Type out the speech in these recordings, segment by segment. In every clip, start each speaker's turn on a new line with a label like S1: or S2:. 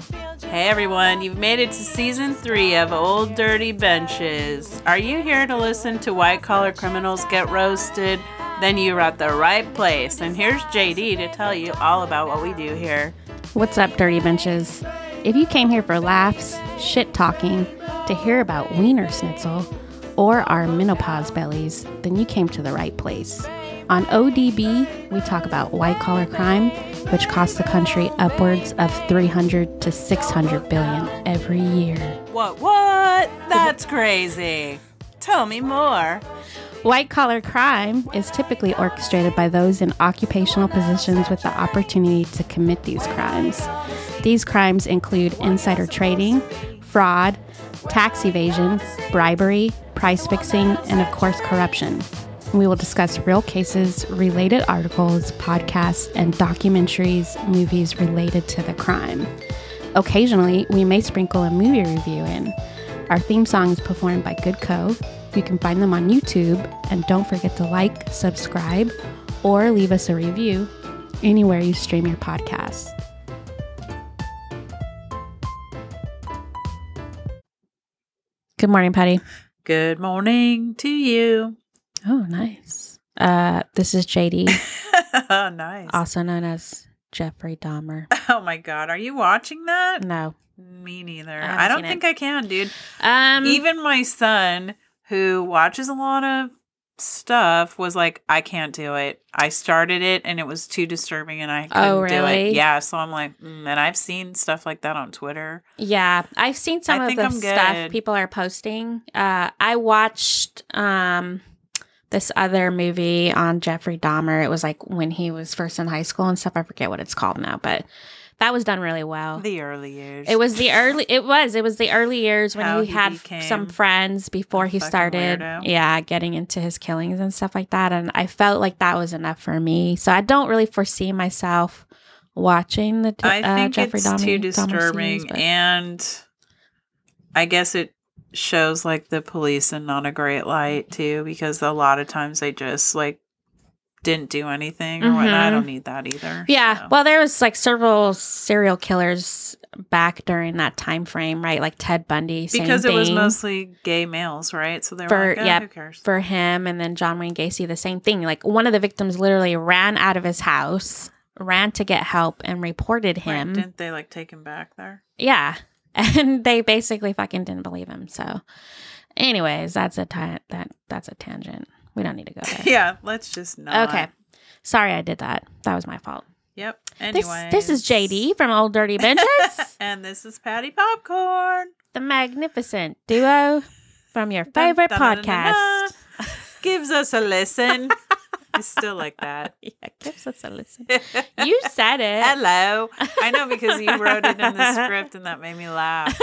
S1: Hi, everyone. You've made it to season three of Old Dirty Benches. Are you here to listen to white collar criminals get roasted? Then you're at the right place. And here's JD to tell you all about what we do here.
S2: What's up, Dirty Benches? If you came here for laughs, shit talking, to hear about Wiener Schnitzel, or our menopause bellies, then you came to the right place. On ODB, we talk about white collar crime, which costs the country upwards of 300 to 600 billion every year.
S1: What? What? That's crazy. Tell me more.
S2: White collar crime is typically orchestrated by those in occupational positions with the opportunity to commit these crimes. These crimes include insider trading, fraud, tax evasion, bribery, price fixing, and of course, corruption. We will discuss real cases, related articles, podcasts, and documentaries, movies related to the crime. Occasionally, we may sprinkle a movie review in. Our theme song is performed by Good Co. You can find them on YouTube, and don't forget to like, subscribe, or leave us a review anywhere you stream your podcast. Good morning, Patty.
S1: Good morning to you.
S2: Oh, nice. Uh, this is JD,
S1: nice.
S2: also known as Jeffrey Dahmer.
S1: Oh my God. Are you watching that?
S2: No.
S1: Me neither.
S2: haven't
S1: I, don't
S2: seen it.
S1: think I can, dude.
S2: Um,
S1: Even my son, who watches a lot of stuff, was like, I can't do it. I started it and it was too disturbing and I couldn't
S2: Oh,
S1: do
S2: really?
S1: it. Yeah. So I'm like, mm, and I've seen stuff like that on Twitter.
S2: Yeah, I've seen some
S1: I
S2: of
S1: think
S2: the
S1: I'm
S2: stuff
S1: good.
S2: people are posting. Uh, I watched um, this other movie on Jeffrey Dahmer. It was like when he was first in high school and stuff. I forget what it's called now, but that was done really well.
S1: The early years.
S2: Oh. it was the early. It was. It was the early years when
S1: How
S2: he,
S1: he
S2: had f-
S1: became
S2: some friends before
S1: a
S2: he
S1: fucking
S2: started.
S1: weirdo.
S2: Yeah, getting into his killings and stuff like that. And I felt like that was enough for me. So I don't really foresee myself watching the.
S1: I
S2: uh,
S1: think
S2: Jeffrey
S1: it's
S2: Dahmer,
S1: too
S2: Dahmer series,
S1: disturbing
S2: but-
S1: and I guess it shows like the police in not a great light
S2: Mm-hmm.
S1: too because a lot of times they just like didn't do anything or whatnot. I
S2: Mhm.
S1: don't need that either.
S2: Yeah.
S1: so.
S2: Well, there was like several serial killers back during that time frame, right? Like Ted Bundy, same
S1: because it was
S2: thing
S1: mostly gay males, right? So they
S2: For-
S1: were like, oh,
S2: yeah,
S1: who cares?
S2: for him, and then John Wayne Gacy, the same thing. Like one of the victims literally ran out of his house, ran to get help, and reported
S1: Wait,
S2: him.
S1: didn't they like take him back there?
S2: yeah, and they basically fucking didn't believe him. So, anyways, that's a ta- that that's a tangent. We don't need to go there.
S1: Yeah, let's just not.
S2: Okay. Sorry, I did that. That was my fault.
S1: Yep.
S2: This,
S1: Anyway,
S2: this is JD from Old Dirty Benches.
S1: and this is Patty Popcorn.
S2: the magnificent duo from your favorite
S1: Dun-dun-dun-dun-dun.
S2: podcast.
S1: Gives us a listen. I still like that.
S2: Yeah, gives us a listen. You said it.
S1: Hello. I know because you wrote it in the script and that made me laugh.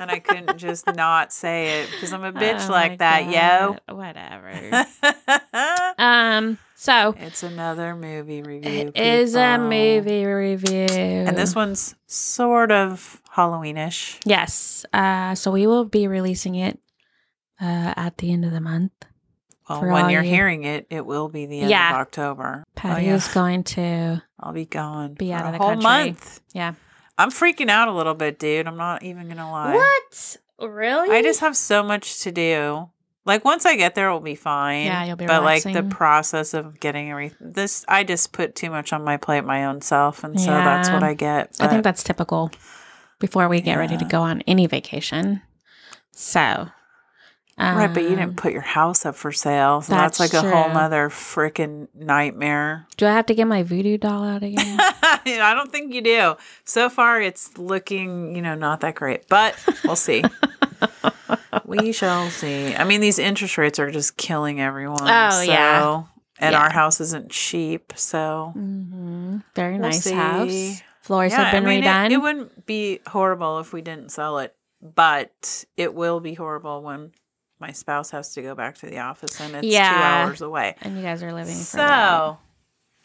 S1: And I couldn't just not say it because I'm a bitch
S2: Oh my
S1: like that,
S2: God, Whatever.
S1: yo.
S2: um. So
S1: it's another movie review.
S2: it is a
S1: people.
S2: movie review,
S1: And this one's sort of Halloweenish.
S2: Yes. Uh. So we will be releasing it. Uh, at the end of the month,
S1: Well,
S2: For
S1: when
S2: all
S1: you're
S2: you-
S1: hearing it, it will be the end
S2: Yeah.
S1: of October. Oh,
S2: Patty
S1: yeah.
S2: is going to.
S1: I'll be gone.
S2: Be
S1: for
S2: out
S1: a
S2: of the
S1: whole
S2: country.
S1: month.
S2: Yeah.
S1: I'm freaking out a little bit, dude. I'm not even gonna lie.
S2: What? Really?
S1: I just have so much to do. Like once I get there, it'll be fine.
S2: Yeah, you'll be
S1: But like
S2: relaxing.
S1: the process of getting everything, this I just put too much on my plate my own self, and so that's
S2: Yeah.
S1: what I get.
S2: I think
S1: But
S2: that's typical before we get ready to
S1: Yeah.
S2: go on any vacation. So, um,
S1: right, but you didn't put your house up for sale, so that's,
S2: that's
S1: like a whole
S2: true.
S1: nother freaking nightmare.
S2: Do I have to get my voodoo doll out again?
S1: I don't think you do. So far, it's looking, you know, not that great, but we'll see. we shall see. I mean, these interest rates are just killing everyone.
S2: Oh, yeah.
S1: And
S2: Yeah.
S1: our house isn't cheap, so
S2: mm-hmm. Very
S1: We'll
S2: nice
S1: see.
S2: house. Floors have
S1: I
S2: been
S1: mean, it-
S2: redone.
S1: It, wouldn't be horrible if we didn't sell it, but it will be horrible when my spouse has to go back to the office and it's two
S2: Yeah.
S1: hours away.
S2: and you guys are living for that.
S1: So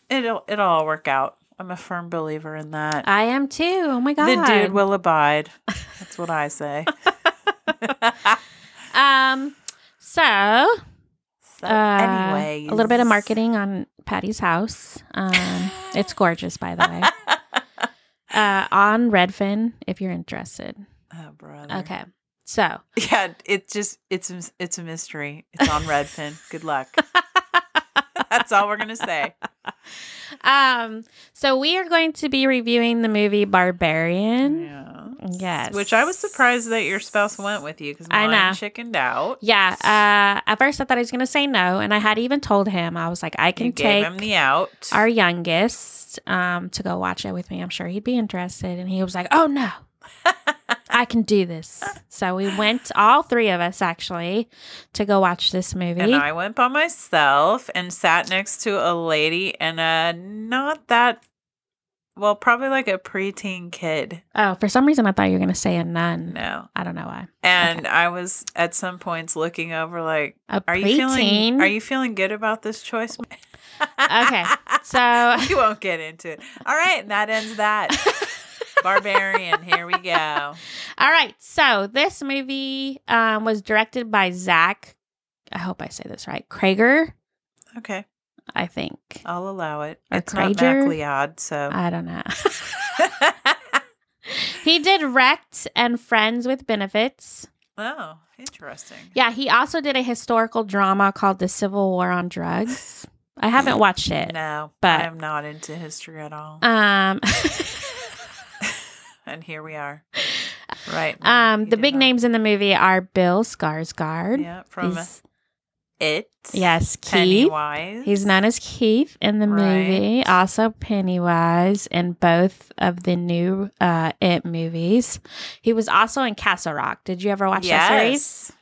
S1: it'll it'll all work out. I'm a firm believer in that.
S2: I am too. Oh my god.
S1: The dude will abide. That's what I
S2: Uh,
S1: say.
S2: Um. So,
S1: So,
S2: uh,
S1: anyway,
S2: a little bit of marketing on Patty's house. Um, it's gorgeous, by the way. uh, on Redfin if you're interested.
S1: Oh, brother.
S2: Okay. So,
S1: Yeah, it just it's a- it's a mystery. It's on Redfin. Good luck. That's all we're gonna say.
S2: um, so we are going to be reviewing the movie Barbarian.
S1: Yeah.
S2: Yes.
S1: Which I was surprised that your spouse went with you because
S2: I
S1: mine
S2: know.
S1: chickened out.
S2: Yeah. Uh, at first, I thought I was going to say no, and I had even told him I was like, I can
S1: You
S2: take
S1: gave him the out.
S2: our youngest um, to go watch it with me. I'm sure he'd be interested. And he was like, Oh no, I can do this. So we went, all three of us actually, to go watch this movie.
S1: and I went by myself and sat next to a lady and a not that well, probably like a preteen kid.
S2: oh, for some reason, I thought you were going to say a nun.
S1: No.
S2: I don't know why.
S1: And I was at some points looking over like
S2: A
S1: are
S2: preteen.
S1: you feeling are you feeling good about this choice?
S2: okay. So
S1: we won't get into it. All right, and that ends that. Barbarian, here we go.
S2: All right. So this movie um, was directed by Zach. I hope I say this right. Krager,
S1: Okay,
S2: I think.
S1: I'll allow it.
S2: Or
S1: It's not
S2: Krager?
S1: MacLeod, so
S2: I don't know. he did Wrecked and Friends with Benefits.
S1: oh, interesting.
S2: Yeah, he also did a historical drama called The Civil War on Drugs. I haven't watched it.
S1: No,
S2: But-
S1: I am not into history at all.
S2: Um,
S1: and here we are. Right. now,
S2: um,
S1: you
S2: the
S1: did
S2: big
S1: not-
S2: names in the movie are Bill Skarsgård.
S1: Yeah, from
S2: He's-
S1: it.
S2: yes, Keith.
S1: Pennywise.
S2: He's known as Keith in the
S1: Right.
S2: movie, also Pennywise in both of the new uh, It movies. He was also in Castle Rock. Did you ever watch
S1: yes.
S2: that series?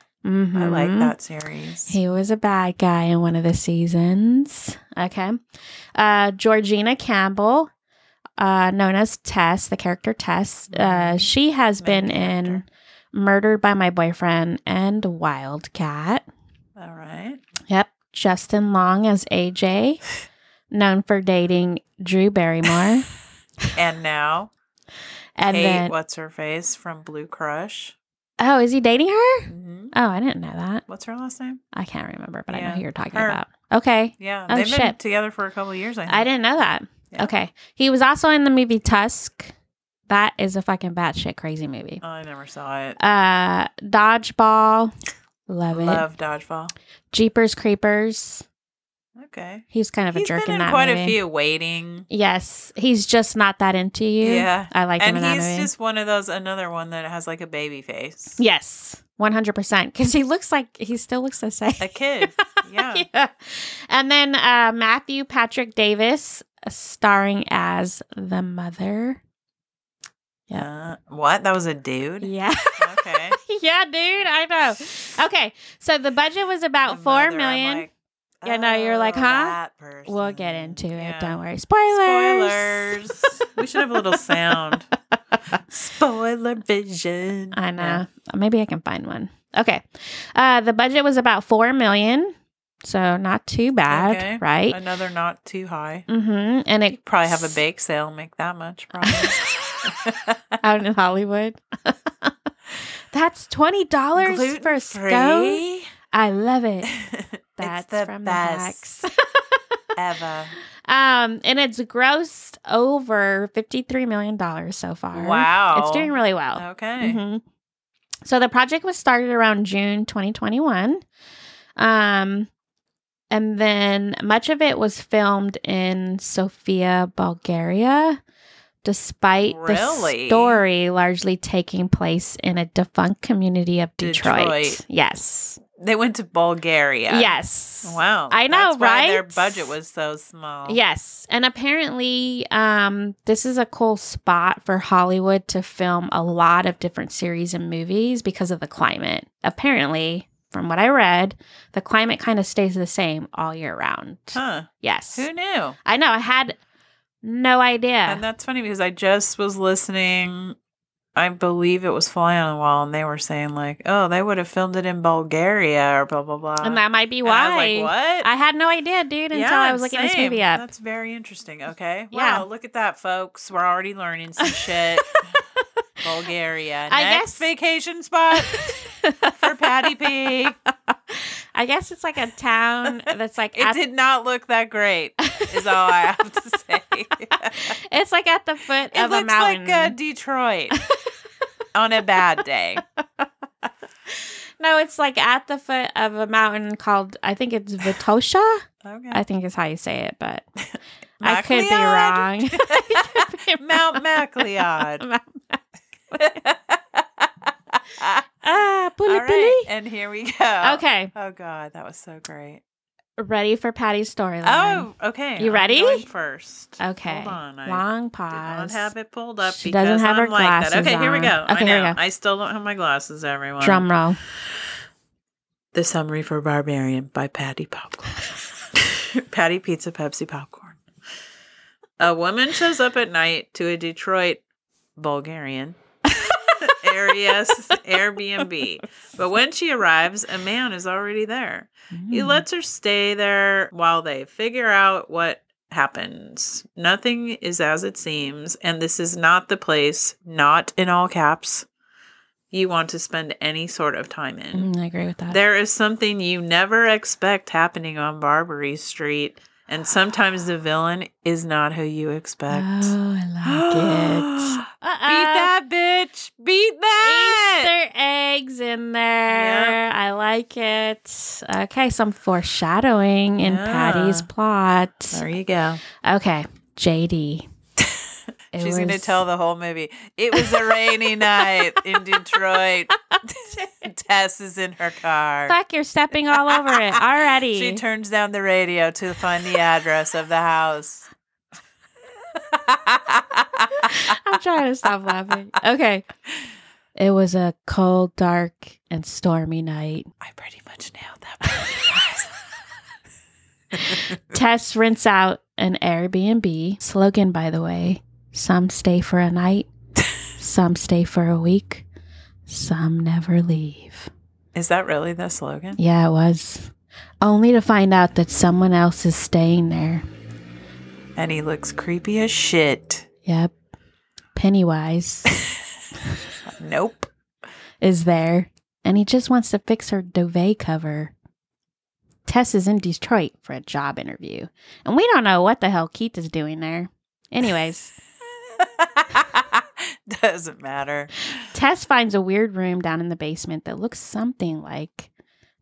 S2: Mm-hmm.
S1: I like that series.
S2: He was a bad guy in one of the seasons. Okay. Uh, Georgina Campbell, uh, known as Tess, the character Tess, uh, she has
S1: Mm-hmm. Main
S2: been in
S1: character.
S2: Murdered by My Boyfriend and Wildcat.
S1: all right.
S2: Yep. Justin Long as AJ, known for dating Drew Barrymore.
S1: And now,
S2: And
S1: Kate,
S2: then,
S1: what's her face from Blue Crush?
S2: oh, is he dating her?
S1: hmm
S2: Oh, I didn't know that.
S1: What's her last name?
S2: I can't remember, but I know
S1: Yeah,
S2: who you're talking
S1: her.
S2: about. Okay.
S1: Yeah,
S2: Oh,
S1: they've been
S2: shit.
S1: together for a couple of years. I, think.
S2: I didn't know that.
S1: Yeah.
S2: Okay. He was also in the movie Tusk. That is a fucking batshit crazy movie.
S1: Oh, I never saw it.
S2: Uh, Dodgeball. Love it.
S1: Love dodgeball.
S2: Jeepers Creepers.
S1: Okay,
S2: He's kind of a
S1: he's
S2: jerk
S1: been in,
S2: that
S1: quite
S2: movie.
S1: a few. Waiting.
S2: Yes, he's just not that into you.
S1: Yeah.
S2: I like
S1: and
S2: him in that
S1: he's
S2: movie.
S1: just one of those another one that has like a baby face.
S2: Yes, one hundred percent. Because he looks like he still looks the same.
S1: A kid. Yeah.
S2: And then uh, Matthew Patrick Davis, uh, starring as the mother.
S1: Uh, what? That was a dude?
S2: Yeah.
S1: Okay.
S2: yeah, dude, I know. Okay, so the budget was about
S1: The
S2: four
S1: mother, I'm
S2: million.
S1: like,
S2: Yeah, no, you're like,
S1: "Oh,
S2: huh?"
S1: that
S2: we'll get into
S1: person." Yeah.
S2: it. Don't worry. Spoilers.
S1: Spoilers. we should have a little sound. Spoiler vision.
S2: I know. Maybe I can find one. Okay, uh, the budget was about four million, so not too bad,
S1: Okay.
S2: right?
S1: Another not too high.
S2: Mm-hmm. And it
S1: Probably have a bake sale, and make that much probably.
S2: out in Hollywood. That's twenty dollars for a scone.
S1: Gluten-free?
S2: I love it.
S1: It's
S2: That's
S1: the
S2: from the hacks.
S1: ever.
S2: um, and it's grossed over fifty-three million dollars so far.
S1: Wow.
S2: it's doing really well.
S1: Okay.
S2: Mhm. So the project was started around June 2021, um, and then much of it was filmed in Sofia, Bulgaria. Despite the
S1: Really?
S2: story largely taking place in a defunct community of
S1: Detroit.
S2: Yes.
S1: They went to Bulgaria.
S2: Yes.
S1: Wow.
S2: I know,
S1: That's why their
S2: right?
S1: budget was so small.
S2: Yes. And apparently, um, this is a cool spot for Hollywood to film a lot of different series and movies because of the climate. Apparently, from what I read, the climate kind of stays the same all year round.
S1: Huh.
S2: Yes.
S1: Who knew?
S2: I know. I had no idea.
S1: And that's funny because I just was listening. I believe it was Fly on the Wall, and they were saying like, "Oh, they would have filmed it in Bulgaria or blah blah blah."
S2: And that might be
S1: And I was
S2: why.
S1: like, "What?"
S2: I had no idea, dude, until I was looking this
S1: same.
S2: movie up.
S1: That's very interesting. Okay.
S2: Yeah.
S1: Wow. Look at that, folks. We're already learning some shit. Bulgaria.
S2: I
S1: Next
S2: guess-
S1: vacation spot for Patty P.
S2: I guess it's like a town that's like
S1: It
S2: at-
S1: did not look that great. is all I have to say.
S2: It's like at the foot
S1: it
S2: of a
S1: looks
S2: mountain.
S1: like uh, Detroit on a bad day.
S2: no, it's like at the foot of a mountain called I think it's Vitosha.
S1: Okay.
S2: I think is how you say it, but I could be
S1: Macleod.
S2: wrong. I could be
S1: Mount Macleod.
S2: wrong.
S1: All
S2: Ah, puli
S1: right, and here we go.
S2: puli. Okay,
S1: Oh God, that was so great.
S2: ready for Patty's storyline.
S1: Oh, okay.
S2: You
S1: I'm
S2: ready?
S1: going First.
S2: okay.
S1: Hold on. I
S2: Long
S1: did not
S2: pause.
S1: have it pulled up
S2: She
S1: because
S2: doesn't have
S1: I'm
S2: her
S1: like that.
S2: glasses
S1: Okay, here we go.
S2: on.
S1: I
S2: Okay, here we
S1: know.
S2: go.
S1: I still don't have my glasses, everyone.
S2: Drum roll.
S1: The Summary for Barbarian by Patty Popcorn. Patty Pizza Pepsi Popcorn. A woman shows up at night to a Detroit Bulgarian area Airbnb. But when she arrives, a man is already there. He
S2: Mm.
S1: lets her stay there while they figure out what happens. Nothing is as it seems, and this is not the place, not in all caps, you want to spend any sort of time in.
S2: Mm, I agree with that.
S1: There is something you never expect happening on Barbary Street, and sometimes the villain is not who you expect.
S2: Oh, I Uh, like it. Uh-oh.
S1: Beat that, bitch! Beat that!
S2: Easter eggs in there. I like it. Okay, some foreshadowing in
S1: Yeah.
S2: Patty's plot.
S1: There you go.
S2: Okay, JD. It
S1: She's going to
S2: was-
S1: tell the whole movie. It was a rainy night in Detroit. Tess is in her car.
S2: Fuck, you're stepping all over it already.
S1: She turns down the radio to find the address of the house.
S2: I'm trying to stop laughing. Okay. It was a cold, dark, and stormy night.
S1: I pretty much nailed that.
S2: Tess rents out an Airbnb. Slogan, by the way some stay for a night, some stay for a week, some never leave.
S1: Is that really the slogan?
S2: Yeah, it was. Only to find out that someone else is staying there.
S1: And he looks creepy as shit.
S2: Yep. Pennywise
S1: Nope.
S2: is there, and he just wants to fix her duvet cover. Tess is in Detroit for a job interview, and we don't know what the hell Keith is doing there. Anyways,
S1: Doesn't matter.
S2: Tess finds a weird room down in the basement that looks something like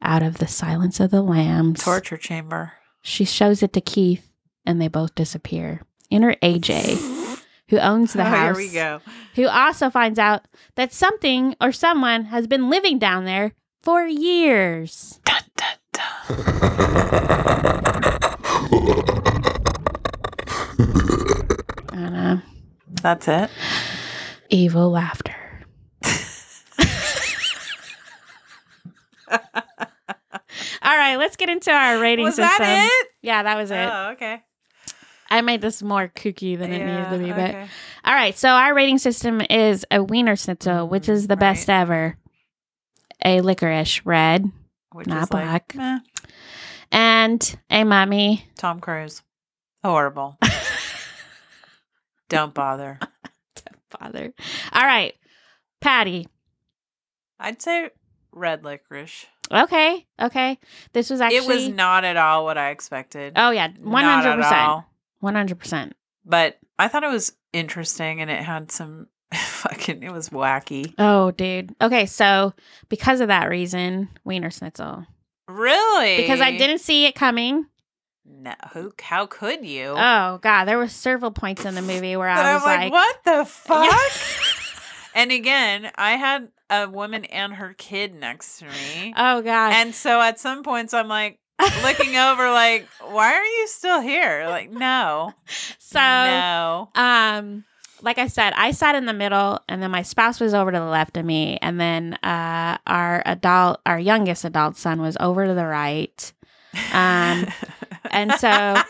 S2: out of the Silence of the Lambs.
S1: Torture chamber.
S2: She shows it to Keith, and they both disappear. Enter AJ, who owns the
S1: oh,
S2: house.
S1: Here we go.
S2: who also finds out that something or someone has been living down there for years.
S1: Dun, dun, dun.
S2: I don't know.
S1: That's it.
S2: Evil laughter. All right, let's get into our rating
S1: Was
S2: system.
S1: that it?
S2: Yeah, that was it.
S1: Oh, okay.
S2: I made this more kooky than it
S1: Yeah,
S2: needed to be,
S1: okay.
S2: but all right. So our rating system is a Wiener Schnitzel, which is the best ever, a licorice red,
S1: Which
S2: not
S1: is like,
S2: black.
S1: meh.
S2: and a mommy.
S1: Tom Cruise. Horrible. Don't bother.
S2: Father. All right, Patty.
S1: I'd say red licorice.
S2: Okay, okay. This was actually.
S1: it was not at all what I expected.
S2: Oh yeah, one
S1: Not
S2: hundred
S1: at
S2: percent,
S1: all.
S2: one hundred percent.
S1: But I thought it was interesting and it had some fucking, it was wacky.
S2: Oh dude. Okay, so because of that reason, Wiener Schnitzel.
S1: Really?
S2: Because I didn't see it coming.
S1: No, who? How could you?
S2: Oh god, there were several points in the movie where
S1: But
S2: I
S1: I'm
S2: was like,
S1: what the fuck?
S2: Yeah.
S1: and again, I had a woman and her kid next to me,
S2: oh god.
S1: and so at some points, I'm like looking over, like, why are you still here? Like, no,
S2: so
S1: no.
S2: um like I said, I sat in the middle and then my spouse was over to the left of me and then uh our adult our youngest adult son was over to the right. Um oh, and so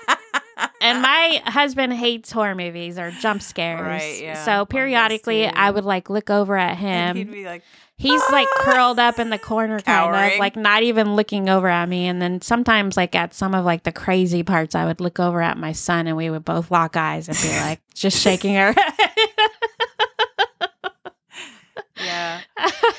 S2: and my husband hates horror movies or jump scares.
S1: Right, yeah, mine
S2: So
S1: does
S2: periodically,
S1: too.
S2: I would like look over at
S1: And he'd
S2: him.
S1: be like,
S2: He's like curled up in the corner, kind
S1: Cowering.
S2: of like not even looking over at me. And then sometimes, like at some of like the crazy parts, I would look over at my son, and we would both lock eyes and be like just shaking our head.
S1: yeah, Yeah.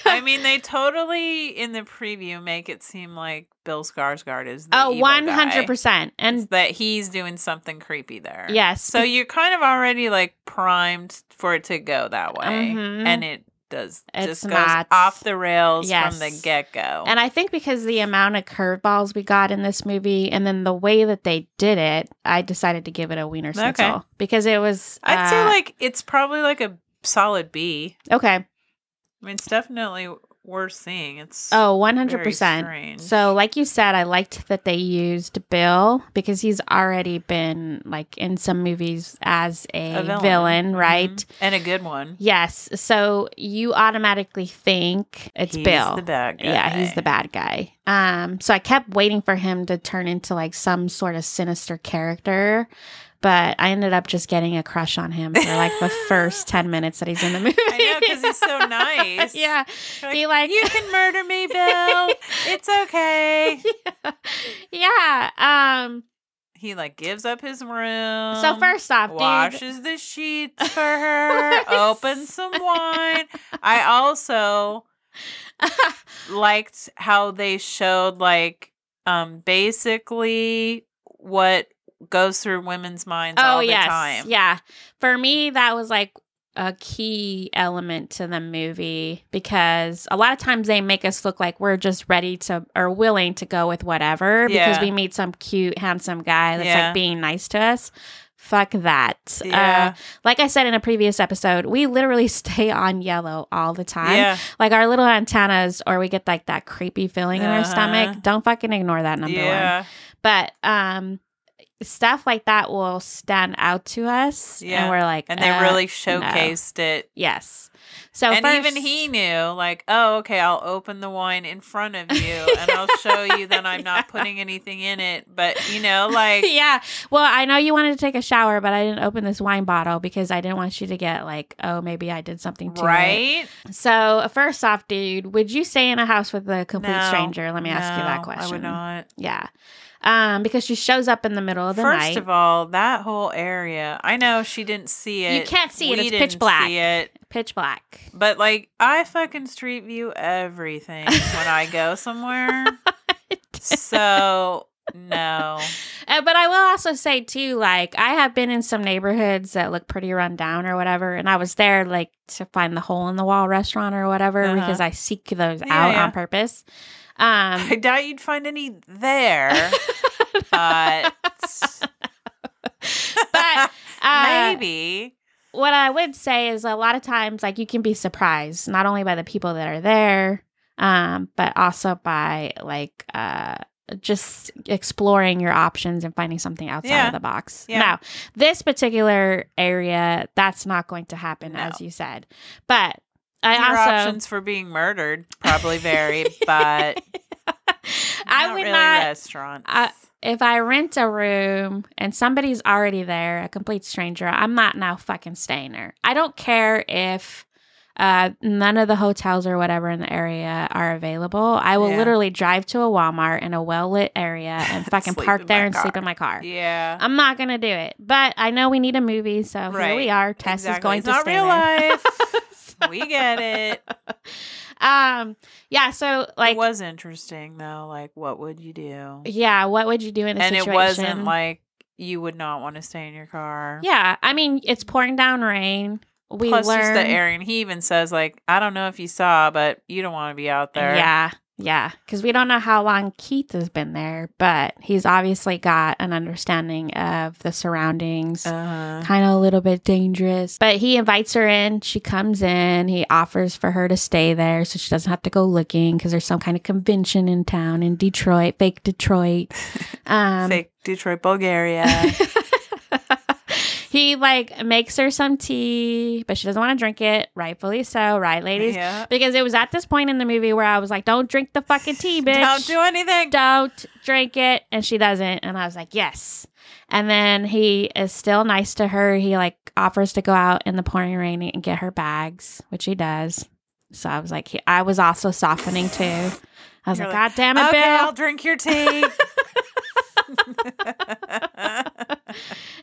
S1: I mean, they totally in the preview make it seem like Bill Skarsgård is the
S2: Oh,
S1: evil guy.
S2: 100%. And
S1: that he's doing something creepy there.
S2: yes.
S1: So you're kind of already like primed for it to go that way,
S2: Mhm.
S1: and it does
S2: It's
S1: just goes
S2: not.
S1: off the rails
S2: Yes.
S1: from the get go.
S2: And I think because the amount of curveballs we got in this movie and then the way that they did it, I decided to give it a wiener schnitzel
S1: Okay.
S2: because it was
S1: I'd say
S2: uh,
S1: like it's probably like a solid B.
S2: okay.
S1: I mean, it's definitely worth seeing. It's
S2: Oh,
S1: very
S2: 100%.
S1: strange.
S2: So like you said, I liked that they used Bill because he's already been like in some movies as a,
S1: A
S2: villain.
S1: Mhm.
S2: right?
S1: And a good one.
S2: Yes. So you automatically think it's
S1: He's
S2: Bill.
S1: the bad guy.
S2: Yeah, he's the bad guy. Um, so I kept waiting for him to turn into like some sort of sinister character, but I ended up just getting a crush on him for like the first ten minutes that he's in the movie.
S1: I know because he's so nice.
S2: yeah,
S1: You're
S2: he like
S1: you can murder me, Bill. it's okay.
S2: yeah. Um.
S1: He like gives up his room.
S2: So first off, dude.
S1: washes the sheets for her, opens some wine. I also liked how they showed like um basically what goes through women's minds all
S2: oh
S1: the
S2: yes,
S1: time.
S2: yeah. For me, that was like a key element to the movie because a lot of times they make us look like we're just ready to or willing to go with whatever because
S1: Yeah.
S2: we meet some cute, handsome guy that's
S1: Yeah.
S2: like being nice to us. Fuck that.
S1: Yeah.
S2: Uh, like I said in a previous episode, we literally stay on yellow all the time.
S1: yeah.
S2: Like our little antennas, or we get like that creepy feeling in our
S1: Uh-huh.
S2: stomach. Don't fucking ignore that number one
S1: yeah.
S2: but um stuff like that will stand out to us
S1: Yeah.
S2: and we're like
S1: And they
S2: uh,
S1: really showcased it.
S2: yes so
S1: and
S2: first,
S1: even he knew, like, oh, okay, I'll open the wine in front of you and I'll show you that I'm not putting anything in it. But, you know, like,
S2: yeah well i know you wanted to take a shower but i didn't open this wine bottle because i didn't want you to get like oh maybe i did something to it.
S1: right?
S2: so uh, first off dude would you stay in a house with a complete
S1: No.
S2: stranger let me ask you
S1: No,
S2: that question
S1: I would not.
S2: yeah um because she shows up in the middle of the
S1: First
S2: night
S1: of all, that whole area, I know she didn't see it.
S2: You can't see it,
S1: We
S2: it's
S1: didn't
S2: pitch black.
S1: See it,
S2: pitch black
S1: but like I fucking street view everything when I go somewhere. so no,
S2: Uh, but I will also say too, like I have been in some neighborhoods that look pretty run down or whatever, and I was there like to find the hole in the wall restaurant or whatever
S1: Uh-huh.
S2: because I seek those
S1: Yeah,
S2: out
S1: yeah.
S2: on purpose. Um,
S1: I doubt you'd find any there. but
S2: but uh,
S1: maybe
S2: what I would say is a lot of times, like you can be surprised not only by the people that are there, um, but also by like uh, just exploring your options and finding something outside
S1: Yeah.
S2: of the box.
S1: Yeah.
S2: Now, this particular area, that's not going to happen,
S1: No.
S2: as you said. But I
S1: your
S2: also
S1: options for being murdered probably vary, but
S2: I
S1: not
S2: would
S1: really
S2: not. uh,
S1: restaurants.
S2: I- if I rent a room and somebody's already there, a complete stranger, I'm not now fucking staying there. I don't care if uh, none of the hotels or whatever in the area are available. I will
S1: Yeah.
S2: literally drive to a Walmart in a well lit area and fucking
S1: Sleep in
S2: park there
S1: my
S2: and sleep
S1: car.
S2: in my car.
S1: yeah.
S2: I'm not gonna do it, but I know we need a movie, so here we
S1: Right.
S2: are. Tess
S1: exactly.
S2: is going
S1: it's
S2: to
S1: not
S2: stay
S1: real
S2: there.
S1: life. we get it.
S2: Um, yeah. So like,
S1: it was interesting though like what would you do
S2: yeah, what would you do in a
S1: and
S2: situation?
S1: it wasn't like you would not want to stay in your car
S2: yeah. I mean, it's pouring down rain. We
S1: plus
S2: learn
S1: just the area and he even says like i don't know if you saw but you don't want to be out there
S2: Yeah, yeah. Because we don't know how long Keith has been there, but he's obviously got an understanding of the surroundings.
S1: uh-huh.
S2: Kind of a little bit dangerous, but he invites her in. She comes in. He offers for her to stay there so she doesn't have to go looking because there's some kind of convention in town in Detroit, fake Detroit. Um,
S1: fake detroit bulgaria
S2: he like makes her some tea, but she doesn't want to drink it. Rightfully so, right, ladies?
S1: yeah
S2: Because it was at this point in the movie where I was like, "Don't drink the fucking tea, bitch!
S1: don't do anything
S2: don't drink it and she doesn't and i was like yes and then he is still nice to her he like offers to go out in the pouring rain and get her bags which he does so i was like he, i was also softening too i was
S1: You're like,
S2: like, god damn it
S1: okay i'll
S2: bill
S1: drink your tea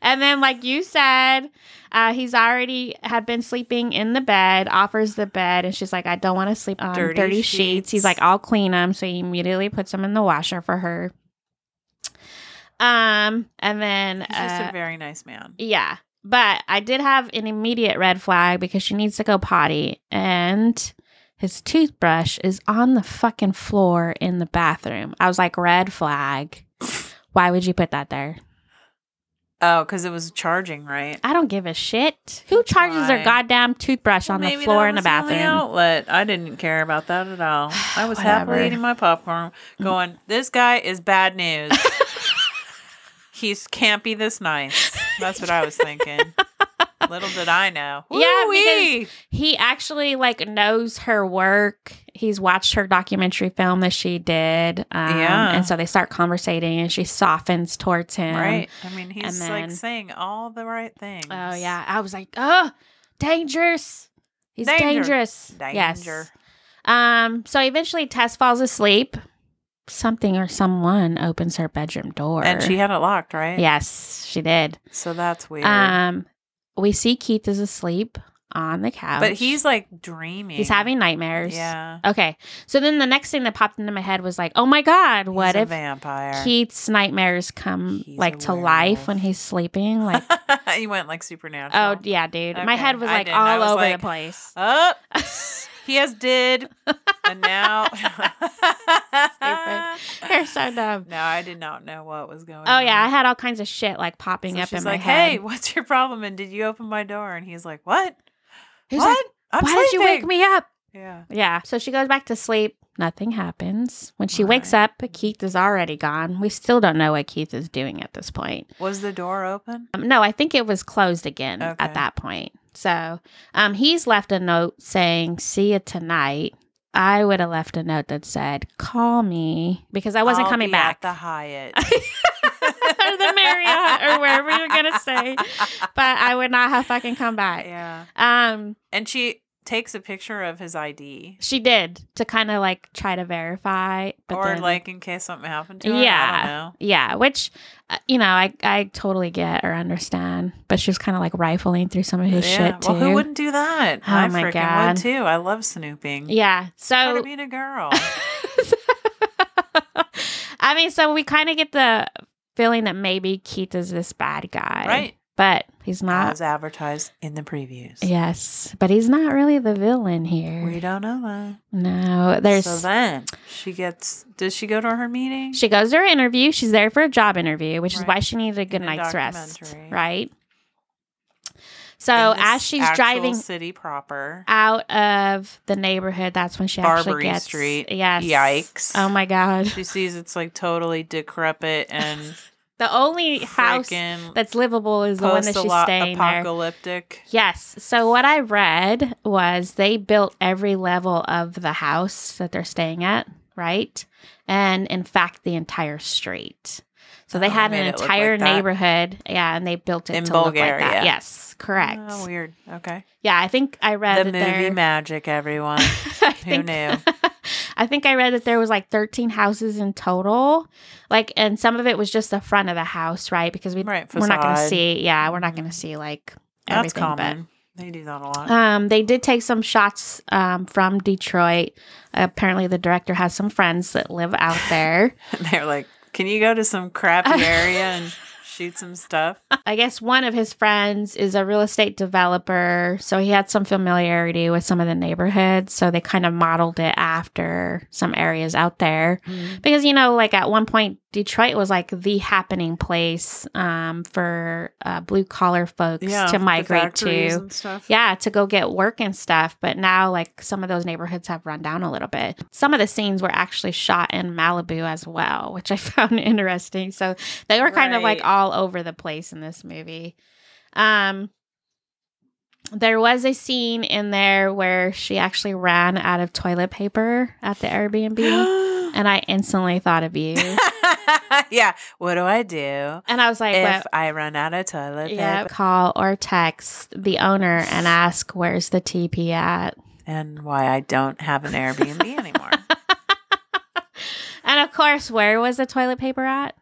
S2: And then, like you said, uh, he's already had been sleeping in the bed, offers the bed, and she's like, I don't want to sleep on dirty,
S1: Dirty
S2: sheets.
S1: sheets.
S2: He's like, I'll clean them. So he immediately puts them in the washer for her. Um, and then
S1: He's just
S2: uh,
S1: a very nice man.
S2: yeah. But I did have an immediate red flag because she needs to go potty and his toothbrush is on the fucking floor in the bathroom. I was like, red flag. Why would you put that there?
S1: Oh, because it was charging, right?
S2: I don't give a shit. Who charges their
S1: Why?
S2: goddamn toothbrush on
S1: Maybe
S2: the floor
S1: that
S2: in the
S1: was the only
S2: bathroom?
S1: outlet. I didn't care about that at all. I was happily
S2: Whatever. Mm.
S1: eating my popcorn, going, "This guy is bad news. He's can't be this nice." That's what I was thinking. Little did I know.
S2: Yeah,
S1: Woo-wee!
S2: He actually like knows her work. He's watched her documentary film that she did. Um,
S1: Yeah.
S2: And so they start conversating and she softens towards him.
S1: right. I mean, he's like
S2: then-
S1: saying all the right things.
S2: Oh yeah, I was like, oh, dangerous. He's
S1: Danger.
S2: dangerous.
S1: Danger.
S2: Yes. Um. So eventually, Tess falls asleep. Something or someone opens her bedroom door,
S1: And she had it locked, right?
S2: yes, she did.
S1: So that's weird.
S2: Um. We see Keith is asleep on the couch,
S1: but he's like dreaming.
S2: he's having nightmares.
S1: Yeah.
S2: Okay. So then the next thing that popped into my head was like, oh my god, what
S1: he's a
S2: if
S1: vampire?
S2: Keith's nightmares come
S1: He's a
S2: like to life
S1: werewolf.
S2: when he's sleeping? Like.
S1: you went like supernatural.
S2: Oh yeah, dude. My
S1: Okay,
S2: head was
S1: I
S2: like
S1: didn't. I
S2: all
S1: was
S2: over the
S1: like,
S2: place.
S1: up. Oh. he has did, and now.
S2: They're so dumb.
S1: No, I did not know what was going.
S2: Oh yeah, I
S1: on.
S2: had all kinds of shit like popping
S1: So
S2: up
S1: she's
S2: in my
S1: like,
S2: head.
S1: "Hey, what's your problem?" And did you open my door? And he's like, "What?
S2: He's
S1: what?
S2: like,
S1: I'm
S2: why did
S1: sleeping.
S2: you wake me up?
S1: Yeah.
S2: Yeah. So she goes back to sleep. Nothing happens. When she wakes up, Keith is already gone. We still don't know what Keith is doing at this point.
S1: Was the door open?
S2: Um, no, I think it was closed again
S1: Okay.
S2: at that point. So um, he's left a note saying, "See you tonight." I would have left a note that said, "Call me," because I wasn't
S1: I'll
S2: coming
S1: be
S2: back.
S1: At the Hyatt
S2: or the Marriott or wherever you're gonna stay. But I would not have fucking come back.
S1: Yeah.
S2: Um,
S1: And she takes a picture of his ID.
S2: she did to kind of like try to verify, but
S1: or
S2: then-
S1: like in case something happened to her. I
S2: Yeah.
S1: don't know.
S2: yeah, which uh, you know I I totally get or understand, but she was kind of like rifling through some of his shit too.
S1: Well, who wouldn't do that?
S2: Oh
S1: I
S2: my
S1: freaking
S2: God.
S1: would too. I love snooping.
S2: yeah, oh,
S1: Part
S2: so
S1: of being a girl.
S2: I mean, so we kind of get the feeling that maybe Keith is this bad guy,
S1: Right.
S2: But he's
S1: as
S2: not.
S1: advertised in the previews.
S2: Yes, but he's not really the villain here.
S1: We don't know that.
S2: No, there's
S1: so then she gets. Does she go to her meeting?
S2: She goes to her interview. She's there for a job interview, which is
S1: Right.
S2: why she needed a good
S1: a
S2: night's rest,
S1: documentary.
S2: right? So
S1: In this
S2: oh, as she's
S1: actual
S2: driving
S1: city proper,
S2: out of the neighborhood, that's when she actually
S1: Barbary
S2: gets
S1: Street.
S2: Yes.
S1: Yikes.
S2: Oh my god.
S1: she sees it's like totally decrepit and
S2: The only house
S1: freaking
S2: that's livable is the one that she's staying there.
S1: apocalyptic.
S2: Yes. So what I read was they built every level of the house that they're staying at, right? And in fact, the entire street. So they
S1: Oh,
S2: had
S1: they
S2: an
S1: made it look
S2: entire
S1: like that.
S2: neighborhood, yeah, and they built it
S1: In
S2: to look like that.
S1: Bulgaria.
S2: Yes, correct.
S1: Oh, weird. Okay.
S2: yeah, I think I read
S1: the
S2: that
S1: movie
S2: there.
S1: magic, everyone.
S2: I
S1: Who knew?
S2: I think I read that there was like 13 houses in total. Like, and some of it was just the front of the house, right? Because we
S1: Right.
S2: we're not going to
S1: facade. Mm-hmm.
S2: see. Yeah, we're not going to see like
S1: That's
S2: everything, but-
S1: common. They do that a lot.
S2: Um, they did take some shots um, from Detroit. Apparently, the director has some friends that live out there.
S1: They're like, can you go to some crappy area and shoot some stuff?
S2: I guess one of his friends is a real estate developer, so he had some familiarity with some of the neighborhoods. So they kind of modeled it after some areas out there.
S1: Mm.
S2: Because, you know, like at one point, Detroit was like the happening place um, for uh, blue collar folks to
S1: the
S2: migrate
S1: factories
S2: to.
S1: and stuff.
S2: yeah, to go get work and stuff. But now, like, some of those neighborhoods have run down a little bit. Some of the scenes were actually shot in Malibu as well, which I found interesting. So they were kind of like
S1: Right.
S2: all over the place in this movie. Um, there was a scene in there where she actually ran out of toilet paper at the Airbnb, and I instantly thought of you.
S1: yeah. What do I do
S2: And I was like,
S1: if
S2: well,
S1: I run out of toilet
S2: yeah,
S1: paper?
S2: call or text the owner and ask, where's the TP at?
S1: And why I don't have an Airbnb anymore?
S2: And of course, where was the toilet paper at?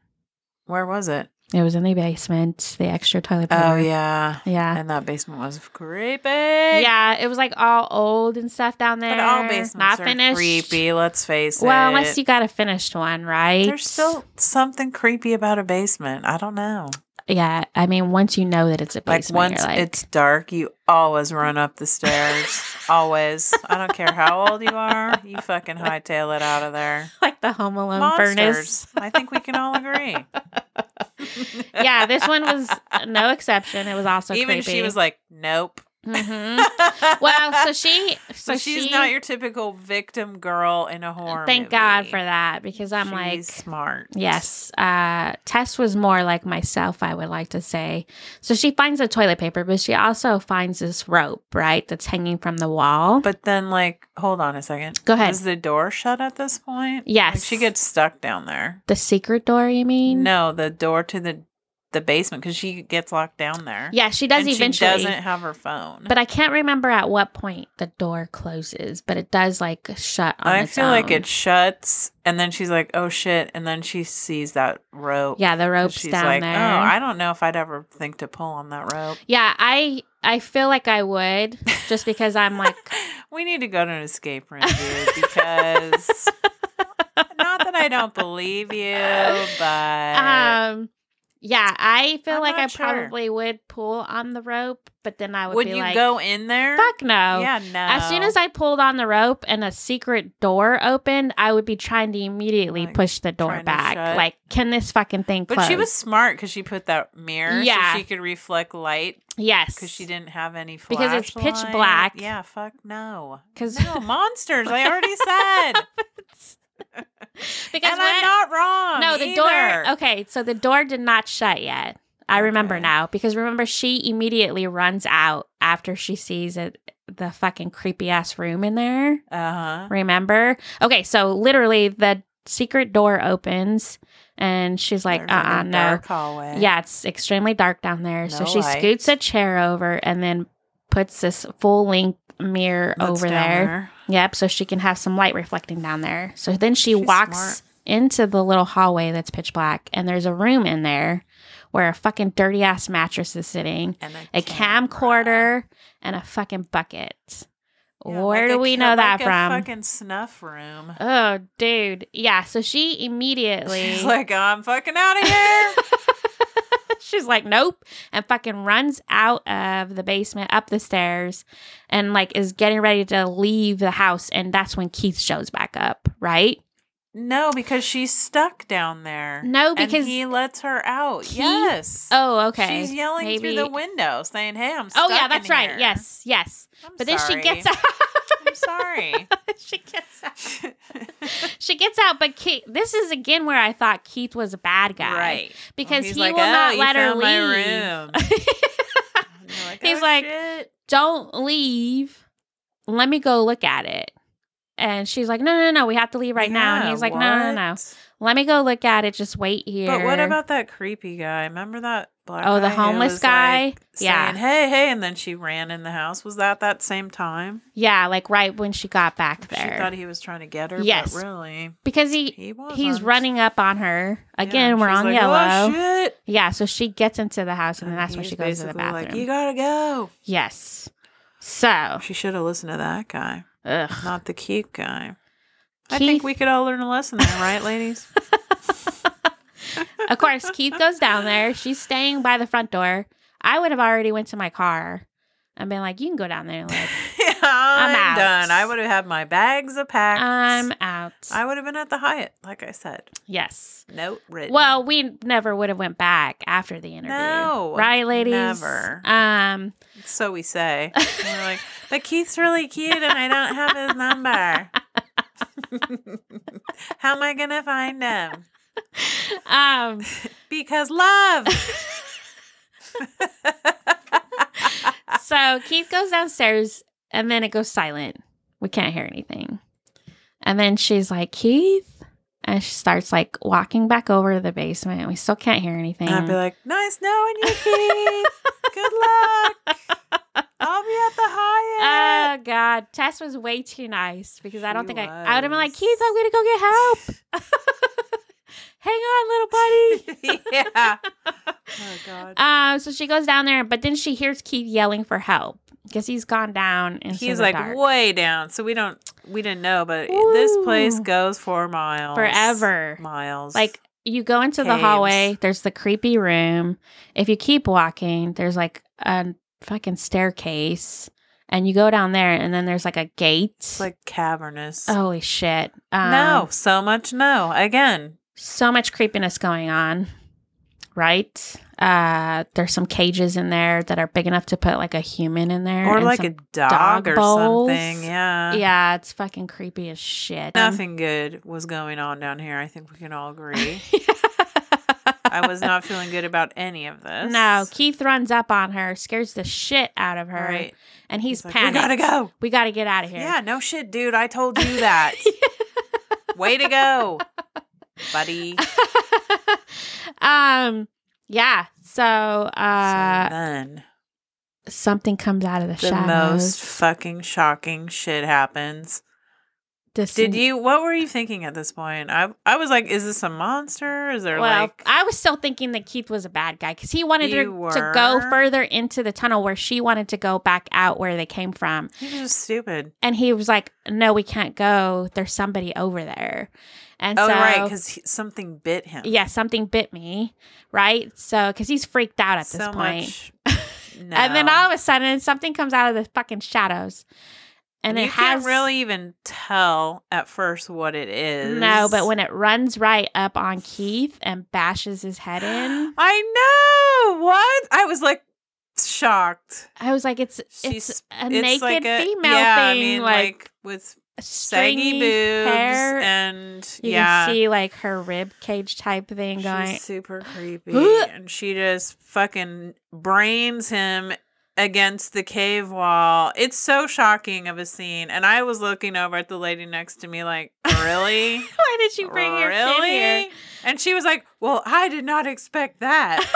S1: Where was it?
S2: It was in the basement, the extra toilet paper.
S1: Oh yeah.
S2: Yeah.
S1: And that basement was creepy.
S2: Yeah, it was like all old and stuff down there.
S1: But all basements
S2: Not
S1: are
S2: finished.
S1: creepy. Let's face it.
S2: Well, unless you got a finished one, right?
S1: There's still something creepy about a basement. I don't know.
S2: Yeah, I mean, once you know that it's a
S1: Like
S2: basement,
S1: once
S2: you're like,
S1: it's dark, you always run up the stairs. always. I don't care how old you are. You fucking hightail it out of there.
S2: like the Home Alone
S1: Monsters.
S2: furnace.
S1: I think we can all agree.
S2: yeah, this one was no exception. It was also
S1: Even
S2: creepy.
S1: she was like, "Nope."
S2: hmm well, so she, so,
S1: So she's
S2: she,
S1: not your typical victim girl in a horror.
S2: Thank
S1: movie.
S2: God for that because I'm
S1: She's
S2: like,
S1: smart.
S2: Yes. Uh, Tess was more like myself, I would like to say. So she finds the toilet paper, but she also finds this rope, right? That's hanging from the wall.
S1: But then, like, hold on a second.
S2: Go ahead.
S1: Is the door shut at this point?
S2: Yes.
S1: Like, she gets stuck down there.
S2: the secret door, you mean?
S1: No, the door to the the basement because she gets locked down there.
S2: Yeah, she does
S1: and
S2: eventually.
S1: She doesn't have her phone.
S2: but I can't remember at what point the door closes, but it does like shut on
S1: I
S2: its
S1: feel like
S2: own.
S1: it shuts, and then she's like, "Oh shit!" And then she sees that rope.
S2: Yeah, the
S1: 'Cause
S2: rope's
S1: She's
S2: down
S1: like,
S2: there.
S1: "Oh, I don't know if I'd ever think to pull on that rope."
S2: yeah, I I feel like I would just because I'm like
S1: We need to go to an escape room, dude, because not that I don't believe you, but
S2: um yeah, I feel
S1: Uh, I'm
S2: like
S1: not
S2: I
S1: sure.
S2: probably would pull on the rope, but then I would,
S1: would
S2: be
S1: you
S2: like,
S1: go in there?
S2: Fuck no.
S1: Yeah, no.
S2: As soon as I pulled on the rope and a secret door opened, I would be trying to immediately
S1: Like,
S2: push the door
S1: trying to
S2: back.
S1: shut.
S2: Like, can this fucking thing
S1: but
S2: close?
S1: she was smart because she put that mirror
S2: Yeah.
S1: so she could reflect light
S2: yes,
S1: because she didn't have any
S2: Because it's pitch
S1: flashlight.
S2: black.
S1: Yeah, fuck no.
S2: because
S1: No monsters. I already said,
S2: because
S1: and I'm
S2: when-
S1: not wrong.
S2: no the
S1: either.
S2: door. Okay, so the door did not shut yet. I remember
S1: Okay.
S2: now because remember she immediately runs out after she sees it, the fucking creepy ass room in there.
S1: Uh huh.
S2: Remember? Okay, so literally the secret door opens and she's like, uh uh no.
S1: Dark hallway.
S2: Yeah, it's extremely dark down there. so
S1: No
S2: she
S1: lights.
S2: scoots a chair over and then puts this full length mirror
S1: Looks
S2: over
S1: down
S2: there. Yep, so she can have some light reflecting down there. So then she
S1: She's
S2: walks
S1: smart.
S2: into the little hallway that's pitch black and there's a room in there where a fucking dirty ass mattress is sitting,
S1: And a,
S2: a
S1: camera.
S2: camcorder, and a fucking bucket.
S1: Yeah,
S2: where
S1: like a
S2: do we
S1: ca-
S2: know that
S1: like a
S2: from?
S1: fucking snuff room.
S2: Oh, dude. Yeah. So she immediately
S1: She's like, "Eh." I'm fucking out of here.
S2: She's like, nope, and fucking runs out of the basement up the stairs and like is getting ready to leave the house. And that's when Keith shows back up, right?
S1: no, because she's stuck down there.
S2: No,
S1: And
S2: because.
S1: he lets her out.
S2: Keith-
S1: yes.
S2: oh, okay.
S1: She's yelling
S2: Maybe-
S1: through the window, saying, "Hey, I'm stuck."
S2: Oh, yeah,
S1: in
S2: that's right.
S1: here."
S2: Yes, yes.
S1: I'm
S2: But then she
S1: sorry.
S2: gets out.
S1: I'm sorry.
S2: she gets out. She gets out, but Keith, this is again where I thought Keith was a bad guy.
S1: Right.
S2: Because
S1: He's
S2: he
S1: like,
S2: will not
S1: "Oh, you
S2: let
S1: found
S2: her
S1: my
S2: leave.
S1: room." And you're like,
S2: He's
S1: "Oh,
S2: like,
S1: shit."
S2: don't leave. Let me go look at it. And she's like, no, no, no, we have to leave right now. And
S1: Yeah,
S2: he's like, no, no, no.
S1: what?
S2: Let me go look at it. Just wait here.
S1: But what about that creepy guy? Remember that black?
S2: Oh, the
S1: guy who
S2: homeless
S1: was,
S2: guy?
S1: like,
S2: Yeah.
S1: saying, hey, hey, and then she ran in the house. Was that that same time?
S2: Yeah, like right when she got back
S1: She thought
S2: there.
S1: he was trying to get her.
S2: Yes.
S1: but really,
S2: because he
S1: he was.
S2: he's running up on her. Again, we're on
S1: like, Oh,
S2: yellow.
S1: shit.
S2: yeah, so she gets into the house and then that's when
S1: He's
S2: she goes to the
S1: basically
S2: bathroom.
S1: Like, you gotta go.
S2: yes. So,
S1: She should have listened to that guy,
S2: ugh.
S1: not the cute guy. I
S2: Keith-
S1: think we could all learn a lesson there, right, ladies?
S2: of course, Keith goes down there. She's staying by the front door. I would have already went to my car and been like, "You can go down there." Like,
S1: yeah, I'm,
S2: out.
S1: done. I would have had my bags a pack.
S2: I'm out.
S1: I would have been at the Hyatt, like I said.
S2: yes.
S1: Note written.
S2: Well, we never would have went back after the interview.
S1: No,
S2: Right, ladies?
S1: never.
S2: Um
S1: So we say. And we're like, but Keith's really cute and I don't have his number. How am I going to find him?
S2: um
S1: Because love.
S2: so Keith goes downstairs and then it goes silent. We can't hear anything. And then she's like, Keith? And she starts like walking back over to the basement. We still can't hear anything.
S1: I'd be like, nice knowing you, Keith. Good luck. I'll be at the Hyatt.
S2: Oh God, Tess was way too nice because I don't
S1: She
S2: think I. I would have been like,
S1: was.
S2: Keith, I'm gonna go get help. Hang on, little buddy.
S1: yeah. Oh God.
S2: Um, so she goes down there, but then she hears Keith yelling for help because he's gone down. And
S1: He's like way down, so we don't we didn't know, but this place
S2: Ooh.
S1: goes for miles,
S2: forever.
S1: miles.
S2: Like you go into the
S1: Caves.
S2: hallway, there's the creepy room. If you keep walking, there's like a fucking staircase, and you go down there, and then there's like a gate.
S1: it's like cavernous.
S2: holy shit! oh, Um,
S1: no, so much no. Again,
S2: so much creepiness going on, right? Uh, there's some cages in there that are big enough to put like a human in there,
S1: or
S2: and
S1: like
S2: some-
S1: a dog,
S2: dog
S1: or
S2: bowls.
S1: something. Yeah.
S2: yeah, it's fucking creepy as shit.
S1: Nothing good was going on down here. I think we can all agree. I was not feeling good about any of this.
S2: No, Keith runs up on her, scares the shit out of her,
S1: Right.
S2: and he's,
S1: like,
S2: panicked.
S1: We gotta go.
S2: We gotta get out of here.
S1: Yeah, no shit, dude. I told you that. Way to go, buddy.
S2: um, yeah. So, uh,
S1: so then
S2: something comes out of the,
S1: the
S2: shadows.
S1: most fucking shocking shit happens.
S2: This-
S1: Did you? What were you thinking at this point? I I was like, is this a monster? Is there
S2: Well,
S1: like?
S2: I was still thinking that Keith was a bad guy because he wanted her
S1: You
S2: to go
S1: were?
S2: further into the tunnel where she wanted to go back out where they came from.
S1: He was just stupid.
S2: And he was like, No, we can't go. There's somebody over there. And
S1: Oh
S2: so,
S1: right, because something bit him.
S2: yeah, something bit me, right? So, because he's freaked out at this
S1: so
S2: point.
S1: much. No.
S2: And then all of a sudden, something comes out of the fucking shadows. And
S1: you
S2: it has
S1: can't really even tell at first what it is.
S2: No, but when it runs right up on Keith and bashes his head in,
S1: I know what I was like shocked.
S2: I was like, it's
S1: She's-
S2: it's a
S1: It's
S2: naked
S1: like a-
S2: female
S1: yeah, I
S2: thing,
S1: mean,
S2: like,
S1: with saggy
S2: stringy
S1: boobs
S2: hair.
S1: and
S2: you
S1: yeah,
S2: can see like her rib cage type thing going.
S1: she's super creepy,
S2: Ugh.
S1: and she just fucking brains him against the cave wall. It's so shocking of a scene, and I was looking over at the lady next to me, like, really.
S2: Why did you bring your kid here?
S1: And she was like, Well, I did not expect that.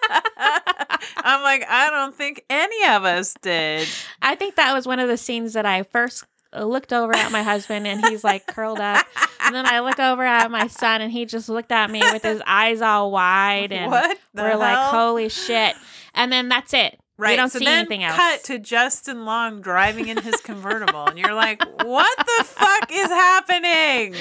S1: I'm like, I don't think any of us did.
S2: I think that was one of the scenes that I first looked over at my husband and he's like curled up. And then I look over at my son and he just looked at me with his eyes all wide and
S1: what? the
S2: we're like,
S1: hell?
S2: holy shit. And then that's it.
S1: Right.
S2: We don't
S1: so
S2: see
S1: then
S2: anything else.
S1: Cut to Justin Long driving in his convertible, and you're like, "What the fuck is happening?"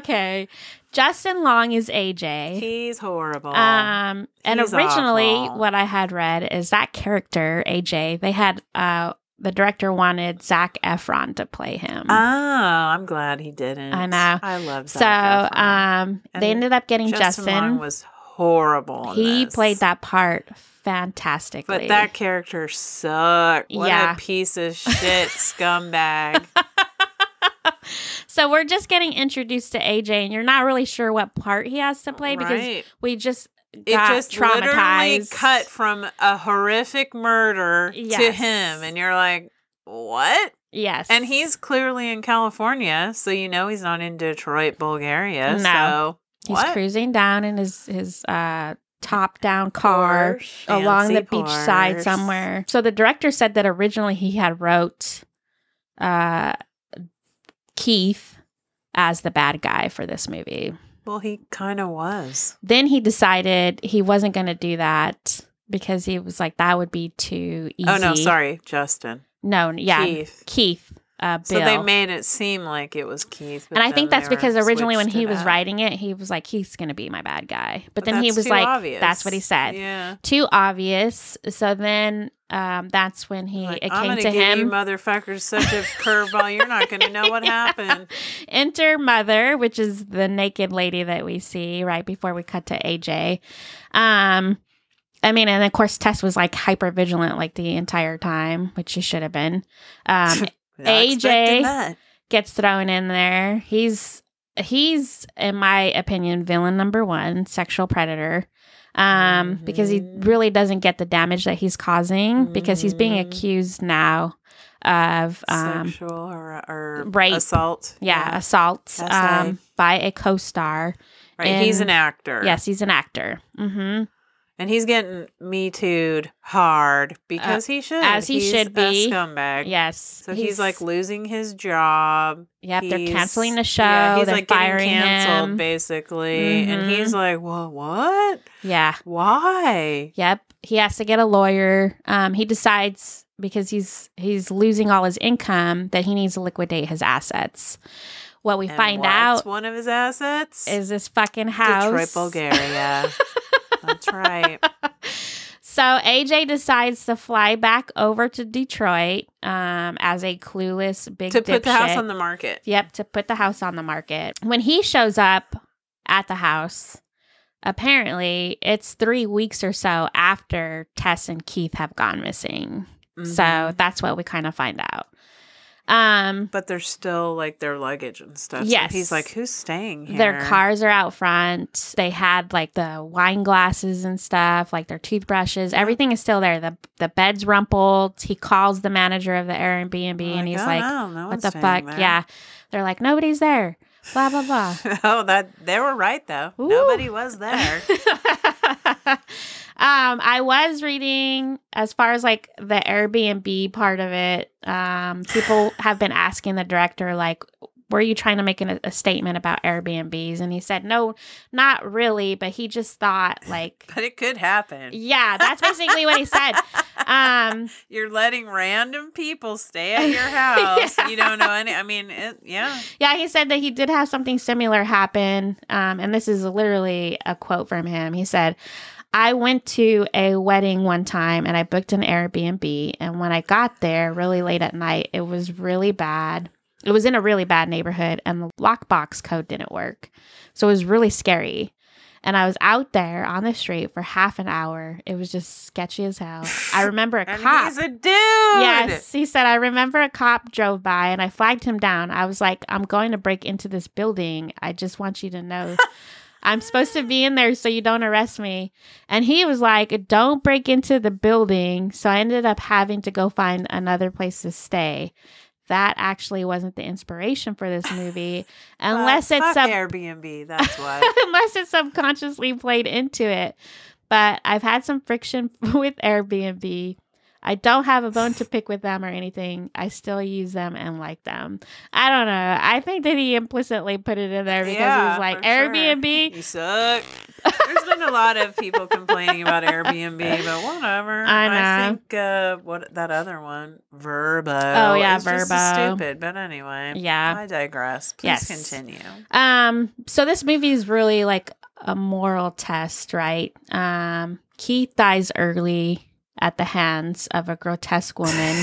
S2: Okay. Justin Long is AJ.
S1: He's horrible.
S2: Um, and
S1: He's
S2: originally,
S1: awful.
S2: what I had read is that character AJ. They had uh, the director wanted Zach Efron to play him,
S1: oh, I'm glad he didn't.
S2: I know.
S1: I love
S2: so
S1: Zac Efron.
S2: um, they
S1: And
S2: ended up getting
S1: Justin, Long
S2: Justin.
S1: was horrible. in
S2: he
S1: this.
S2: played that part fantastically.
S1: But that character sucked. What
S2: Yeah.
S1: a piece of shit scumbag.
S2: so we're just getting introduced to AJ, and you're not really sure what part he has to play because
S1: Right.
S2: we just
S1: it
S2: got
S1: just literally
S2: traumatized.
S1: cut from a horrific murder to
S2: Yes.
S1: him, and you're like, what?
S2: Yes,
S1: And he's clearly in California, so you know he's not in Detroit, Bulgaria.
S2: No.
S1: So
S2: he's
S1: what?
S2: cruising down in his his uh, top down car.
S1: Porsche,
S2: along the
S1: fancy
S2: beach side
S1: Porsche.
S2: somewhere. So the director said that originally he had wrote uh, Keith as the bad guy for this movie.
S1: Well, he kind of was.
S2: Then he decided he wasn't going to do that because he was like that would be too easy.
S1: Oh no, sorry, Justin.
S2: No, n- yeah, Keith.
S1: Keith.
S2: uh, Bill.
S1: So they made it seem like it was Keith, but
S2: and I think
S1: then
S2: that's
S1: they
S2: because
S1: were-
S2: originally when
S1: switched
S2: he
S1: it
S2: was
S1: up.
S2: writing it, he was like, "He's going to be my bad guy," but, then he
S1: that's
S2: was
S1: too
S2: like,
S1: obvious.
S2: "That's what he said."
S1: Yeah.
S2: too obvious. So then um, that's when he
S1: Like,
S2: it
S1: I'm
S2: came
S1: gonna
S2: to
S1: give You
S2: him.
S1: motherfuckers such a curveball. You're not going to know what happened.
S2: Enter mother, which is the naked lady that we see right before we cut to AJ. Um, I mean, and of course Tess was like hyper vigilant like the entire time, which she should have been. Um,
S1: Not expecting
S2: AJ.
S1: that.
S2: gets thrown in there. He's he's in my opinion villain number one, sexual predator. Um, because he
S1: Mhm.
S2: really doesn't get the damage that he's causing because he's being
S1: Mhm.
S2: accused now of um,
S1: sexual or, or
S2: rape.
S1: assault.
S2: yeah, assault
S1: That's right.
S2: um, by a co-star.
S1: right. He's
S2: and-
S1: an actor.
S2: Yes, he's an actor. hmm
S1: And he's getting me too'd hard because he should.
S2: Uh, as he
S1: He's
S2: should
S1: a
S2: be.
S1: scumbag.
S2: Yes.
S1: So he's, like losing his job.
S2: yep, they're
S1: He's-
S2: canceling the show.
S1: Yeah, he's
S2: they're
S1: like
S2: firing
S1: getting canceled
S2: him.
S1: basically. And
S2: Mhm.
S1: he's like, Well, what?
S2: Yeah.
S1: Why?
S2: Yep. He has to get a lawyer. Um, he decides because he's he's losing all his income that he needs to liquidate his assets. What we
S1: And
S2: find
S1: what's
S2: out
S1: one of his assets
S2: is this fucking house.
S1: Detroit, Bulgaria. That's right.
S2: So AJ decides to fly back over to Detroit um, as a clueless big
S1: to put the house
S2: dipshit.
S1: on the market.
S2: Yep, to put the house on the market. When he shows up at the house, apparently it's three weeks or so after Tess and Keith have gone missing. So
S1: Mhm.
S2: that's what we kind of find out. Um,
S1: but they're still like their luggage and stuff. So
S2: Yes.
S1: he's like, Who's staying here?
S2: their cars are out front. They had like the wine glasses and stuff, like their toothbrushes. Everything is still there. The the bed's rumpled. He calls the manager of the Airbnb and he's
S1: "Oh,
S2: like,
S1: no, no
S2: "What
S1: one's
S2: the
S1: staying
S2: fuck?"
S1: there."
S2: Yeah. They're like, "Nobody's there." Blah blah blah.
S1: oh, that they were right though.
S2: Ooh.
S1: Nobody was there.
S2: um, I was reading as far as like the Airbnb part of it. Um, people have been asking the director, like, were you trying to make an, a statement about Airbnbs? And he said, no, not really, but he just thought, like,
S1: but it could happen.
S2: yeah, that's basically what he said. Um,
S1: You're letting random people stay at your house.
S2: Yeah.
S1: You don't know any. I mean, it, yeah.
S2: yeah, he said that he did have something similar happen. Um, and this is literally a quote from him. He said, I went to a wedding one time and I booked an Airbnb. And when I got there really late at night, it was really bad. It was in a really bad neighborhood and the lockbox code didn't work. So it was really scary. And I was out there on the street for half an hour. It was just sketchy as hell. I remember a
S1: And
S2: cop.
S1: he's a dude.
S2: Yes, he said, I remember a cop drove by and I flagged him down. I was like, I'm going to break into this building. I just want you to know I'm supposed to be in there so you don't arrest me. And he was like, Don't break into the building. So I ended up having to go find another place to stay. That actually wasn't the inspiration for this movie,
S1: Well,
S2: unless it's
S1: fuck
S2: sub-
S1: Airbnb. That's what.
S2: unless it subconsciously played into it. But I've had some friction with Airbnb. I don't have a bone to pick with them or anything. I still use them and like them. I don't know. I think that he implicitly put it in there because
S1: Yeah,
S2: he's like
S1: for sure.
S2: Airbnb.
S1: you suck. There's been a lot of people complaining about Airbnb, but whatever.
S2: I know.
S1: think uh, what that other one, Verbo.
S2: Oh, yeah,
S1: is just as
S2: Verbo.
S1: stupid, but anyway.
S2: Yeah.
S1: I digress. Please
S2: Yes.
S1: continue.
S2: Um, so this movie is really like a moral test, right? Um, Keith dies early at the hands of a grotesque woman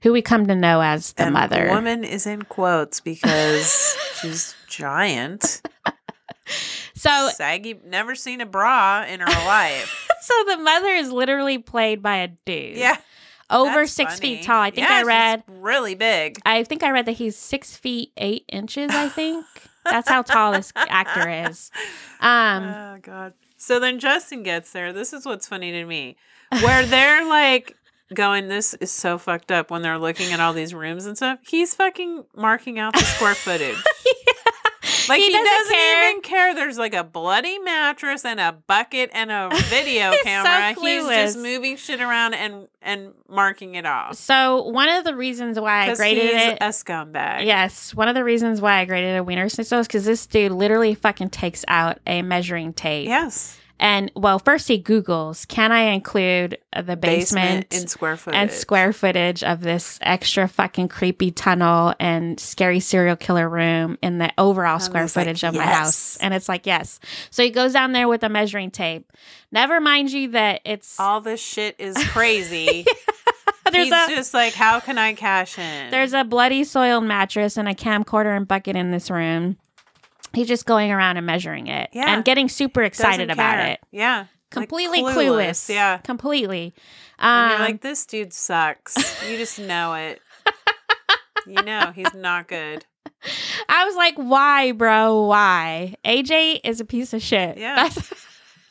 S2: who we come to know as the
S1: and
S2: mother.
S1: woman is in quotes because she's giant.
S2: so
S1: saggy, never seen a bra in her life.
S2: So the mother is literally played by a dude.
S1: yeah,
S2: Over
S1: that's
S2: six
S1: funny.
S2: feet tall. I think
S1: Yeah,
S2: I
S1: she's
S2: read
S1: really big.
S2: I think I read that he's six feet eight inches, I think. That's how tall this actor is. Um
S1: oh god. So then Justin gets there. This is what's funny to me, where they're like going, "This is so fucked up." When they're looking at all these rooms and stuff, he's fucking marking out the square footage. Like
S2: He
S1: he,
S2: doesn't
S1: doesn't,
S2: care.
S1: even care. There's like a bloody mattress and a bucket and a video
S2: He's so
S1: camera. He's just
S2: clueless.
S1: moving shit around and and marking it off.
S2: so one of the reasons why I
S1: Because
S2: graded
S1: he's
S2: it
S1: a scumbag.
S2: Yes, one of the reasons why I graded a wiener schnitzel is because this dude literally fucking takes out a measuring tape.
S1: Yes.
S2: And well, first he Googles, can I include the basement,
S1: in square footage.
S2: and square footage of this extra fucking creepy tunnel and scary serial killer room in the overall square
S1: was like,
S2: footage of my
S1: yes.
S2: house. And it's like, yes. So he goes down there with a measuring tape. Never mind you that it's
S1: All this shit is crazy.
S2: there's
S1: He's
S2: a
S1: just like, how can I cash in?
S2: there's a bloody soiled mattress and a camcorder and bucket in this room. He's just going around and measuring it
S1: Yeah.
S2: and getting super
S1: Doesn't
S2: excited about
S1: care.
S2: it.
S1: Yeah. Like,
S2: Completely clueless.
S1: Yeah.
S2: Completely.
S1: And
S2: Um,
S1: you're like, this dude sucks. You just know it. you know, he's not good.
S2: I was like, why, bro? Why? AJ is a piece of shit.
S1: Yeah.
S2: That's-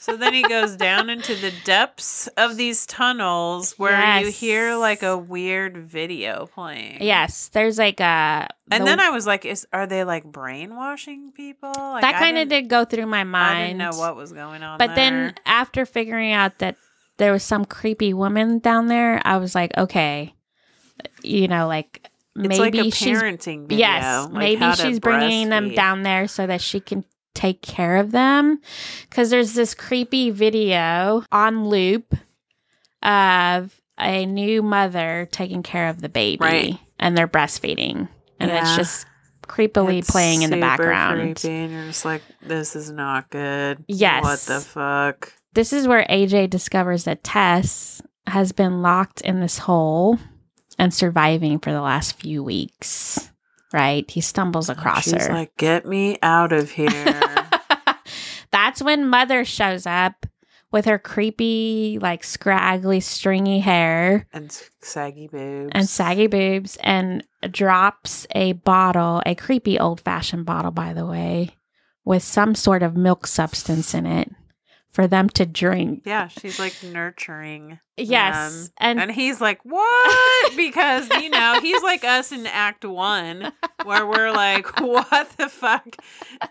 S1: So then he goes down into the depths of these tunnels where you
S2: Yes.
S1: hear like a weird video playing.
S2: Yes, there's like a.
S1: And
S2: the-
S1: then I was like, is are they like brainwashing people? Like,
S2: that
S1: I
S2: kind of
S1: didn't-
S2: did go through my mind.
S1: I didn't know what was going on.
S2: But
S1: there.
S2: then after figuring out that there was some creepy woman down there, I was like, okay, you know, like
S1: it's
S2: maybe
S1: like a
S2: she's
S1: parenting video.
S2: yes,
S1: like
S2: maybe
S1: how to
S2: she's bringing them
S1: breastfeed.
S2: down there so that she can take care of them cuz there's this creepy video on loop of a new mother taking care of the baby
S1: Right.
S2: and they're breastfeeding and it's
S1: Yeah.
S2: just creepily
S1: It's
S2: playing in the
S1: super
S2: background.
S1: creepy, and you're just like, this is not good.
S2: Yes.
S1: What the fuck?
S2: This is where AJ discovers that Tess has been locked in this hole and surviving for the last few weeks. Right? He stumbles across
S1: She's
S2: her.
S1: like, get me out of here.
S2: That's when Mother shows up with her creepy, like scraggly, stringy hair
S1: and s- saggy boobs.
S2: and saggy boobs and drops a bottle, a creepy old fashioned bottle, by the way, with some sort of milk substance in it for them to drink.
S1: Yeah, she's like nurturing.
S2: Yes. and
S1: And he's like, what? Because, you know, he's like us in Act One, where we're like, what the fuck?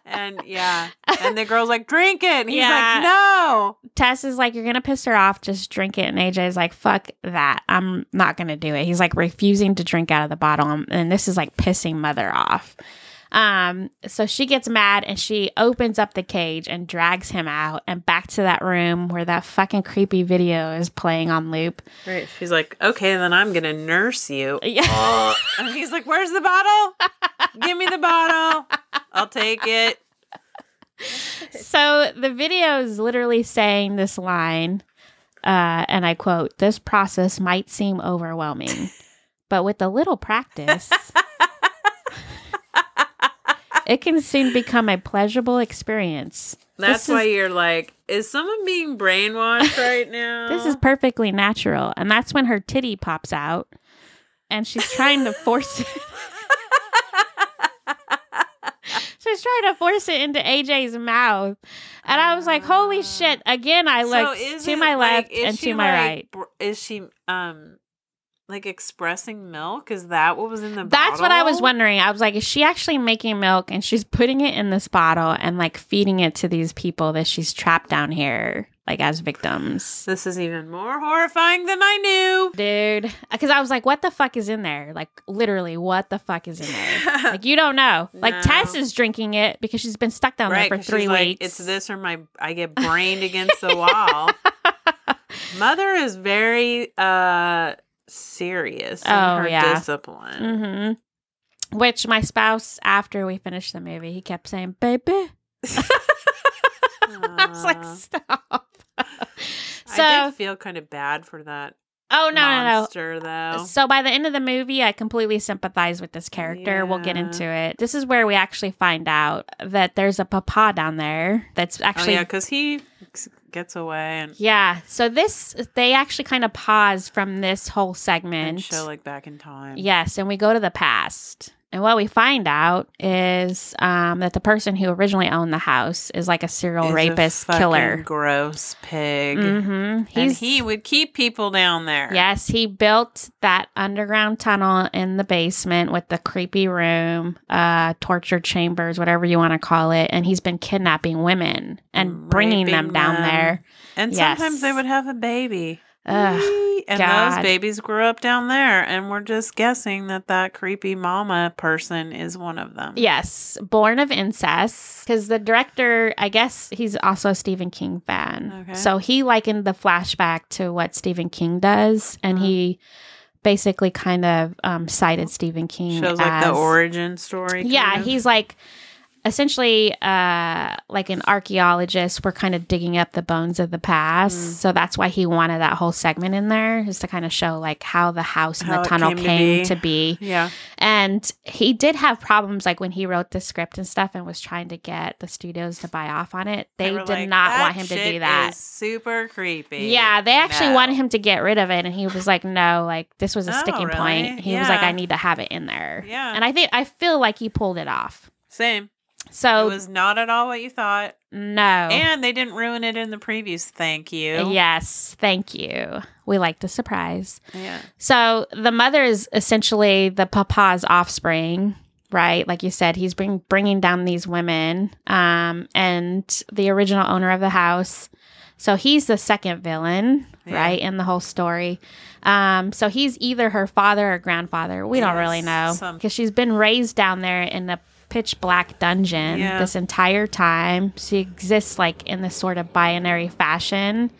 S1: And yeah. And the girl's like, drink it. And he's
S2: Yeah.
S1: like, no.
S2: Tess is like, You're gonna piss her off, just drink it. And AJ's like, Fuck that. I'm not gonna do it. He's like refusing to drink out of the bottle. Um, And this is like pissing mother off. Um, so she gets mad and she opens up the cage and drags him out and back to that room where that fucking creepy video is playing on loop.
S1: Right. She's like, okay, then I'm going to nurse you.
S2: Yeah.
S1: And he's like, where's the bottle? Give me the bottle. I'll take it.
S2: so the video is literally saying this line, uh, and I quote, This process might seem overwhelming, but with a little practice, it can soon become a pleasurable experience.
S1: That's
S2: This
S1: why
S2: is-
S1: you're like, is someone being brainwashed right now?
S2: This is perfectly natural. And that's when her titty pops out and she's trying to force it. she's trying to force it into AJ's mouth. And I was like, holy shit. Again, I looked
S1: is
S2: to
S1: it,
S2: my
S1: like,
S2: left
S1: is
S2: and
S1: she,
S2: to my
S1: like,
S2: right.
S1: br- Is she um like expressing milk? Is that what was in the
S2: That's what I was
S1: bottle?
S2: wondering. I was like, is she actually making milk and she's putting it in this bottle and like feeding it to these people that she's trapped down here, like as victims?
S1: This is even more horrifying than I knew.
S2: Dude, because I was like, what the fuck is in there? Like, literally, what the fuck is in there? like, you don't know. Like,
S1: No.
S2: Tess is drinking it because she's been stuck down
S1: right,
S2: there for
S1: 'cause
S2: three
S1: she's
S2: weeks.
S1: like, it's this or my I get brained against the wall. Mother is very uh serious in
S2: Oh,
S1: her
S2: yeah.
S1: discipline.
S2: hmm Which my spouse, after we finished the movie, he kept saying, baby. I was like,
S1: Uh,
S2: stop.
S1: I
S2: so,
S1: did feel kind of bad for that
S2: oh, no, no, no.
S1: monster though.
S2: So by the end of the movie, I completely sympathize with this character. We'll get
S1: Yeah.
S2: into it. This is where we actually find out that there's a papa down there that's actually
S1: oh yeah, because he gets away and,
S2: Yeah. So this they actually kind of pause from this whole segment.
S1: and show like back in time.
S2: yes, and we go to the past. And what we find out is um, that the person who originally owned the house is like a serial
S1: is a
S2: rapist
S1: fucking
S2: killer.
S1: gross pig.
S2: Mm-hmm.
S1: And he would keep people down there.
S2: Yes, he built that underground tunnel in the basement with the creepy room, uh, torture chambers, whatever you want to call it. And he's been kidnapping women and bringing them
S1: Raping
S2: down
S1: them.
S2: there.
S1: And
S2: Yes.
S1: sometimes they would have a baby.
S2: Ugh,
S1: Whee! and
S2: God.
S1: those babies grew up down there, and we're just guessing that that creepy mama person is one of them.
S2: Yes, Born of Incest, because the director, I guess he's also a Stephen King fan.
S1: Okay.
S2: So he likened the flashback to what Stephen King does, and
S1: Mhm.
S2: he basically kind of um, cited Stephen King.
S1: Shows like the
S2: as-
S1: origin story. kind
S2: Yeah,
S1: of.
S2: he's like essentially uh, like an archaeologist. We're kind of digging up the bones of the past,
S1: Mm.
S2: so that's why he wanted that whole segment in there, is to kind of show like how the house and
S1: How
S2: the
S1: it
S2: tunnel
S1: came to
S2: came
S1: be.
S2: to be.
S1: Yeah.
S2: And he did have problems like when he wrote the script and stuff and was trying to get the studios to buy off on it. They,
S1: were
S2: did
S1: like,
S2: not
S1: "That
S2: want him to
S1: shit
S2: do that.
S1: is super creepy.
S2: Yeah, they actually
S1: No.
S2: wanted him to get rid of it and he was like, "No, like this was a
S1: Oh,
S2: sticking point."
S1: really?
S2: He was like,
S1: Yeah.
S2: "I need to have it in there."
S1: Yeah.
S2: And I think I feel like he pulled it off.
S1: Same.
S2: So
S1: It was not at all what you thought.
S2: no.
S1: And they didn't ruin it in the previews. Thank you.
S2: yes, thank you. We like the surprise.
S1: Yeah.
S2: So the mother is essentially the papa's offspring, right? Like you said, he's bring, bringing down these women um, and the original owner of the house. So he's the second villain,
S1: Yeah.
S2: right, in the whole story. Um, so he's either her father or grandfather. We don't
S1: Yes,
S2: really know
S1: some-
S2: because she's been raised down there in a pitch black dungeon
S1: Yeah.
S2: this entire time. She exists like in this sort of binary fashion.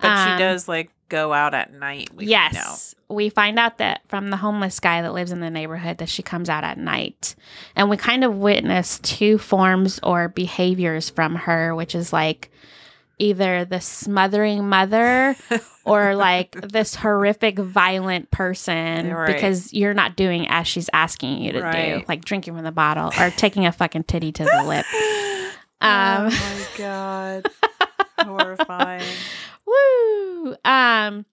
S1: But
S2: Um,
S1: she does like go out at night. We
S2: yes.
S1: Know.
S2: We find out that from the homeless guy that lives in the neighborhood that she comes out at night. And we kind of witness two forms or behaviors from her, which is like either the smothering mother or like this horrific violent person
S1: Right.
S2: because you're not doing as she's asking you to do,
S1: Right.
S2: like drinking from the bottle or taking a fucking titty to the lip. Um,
S1: oh my god. Horrifying.
S2: Woo! Um.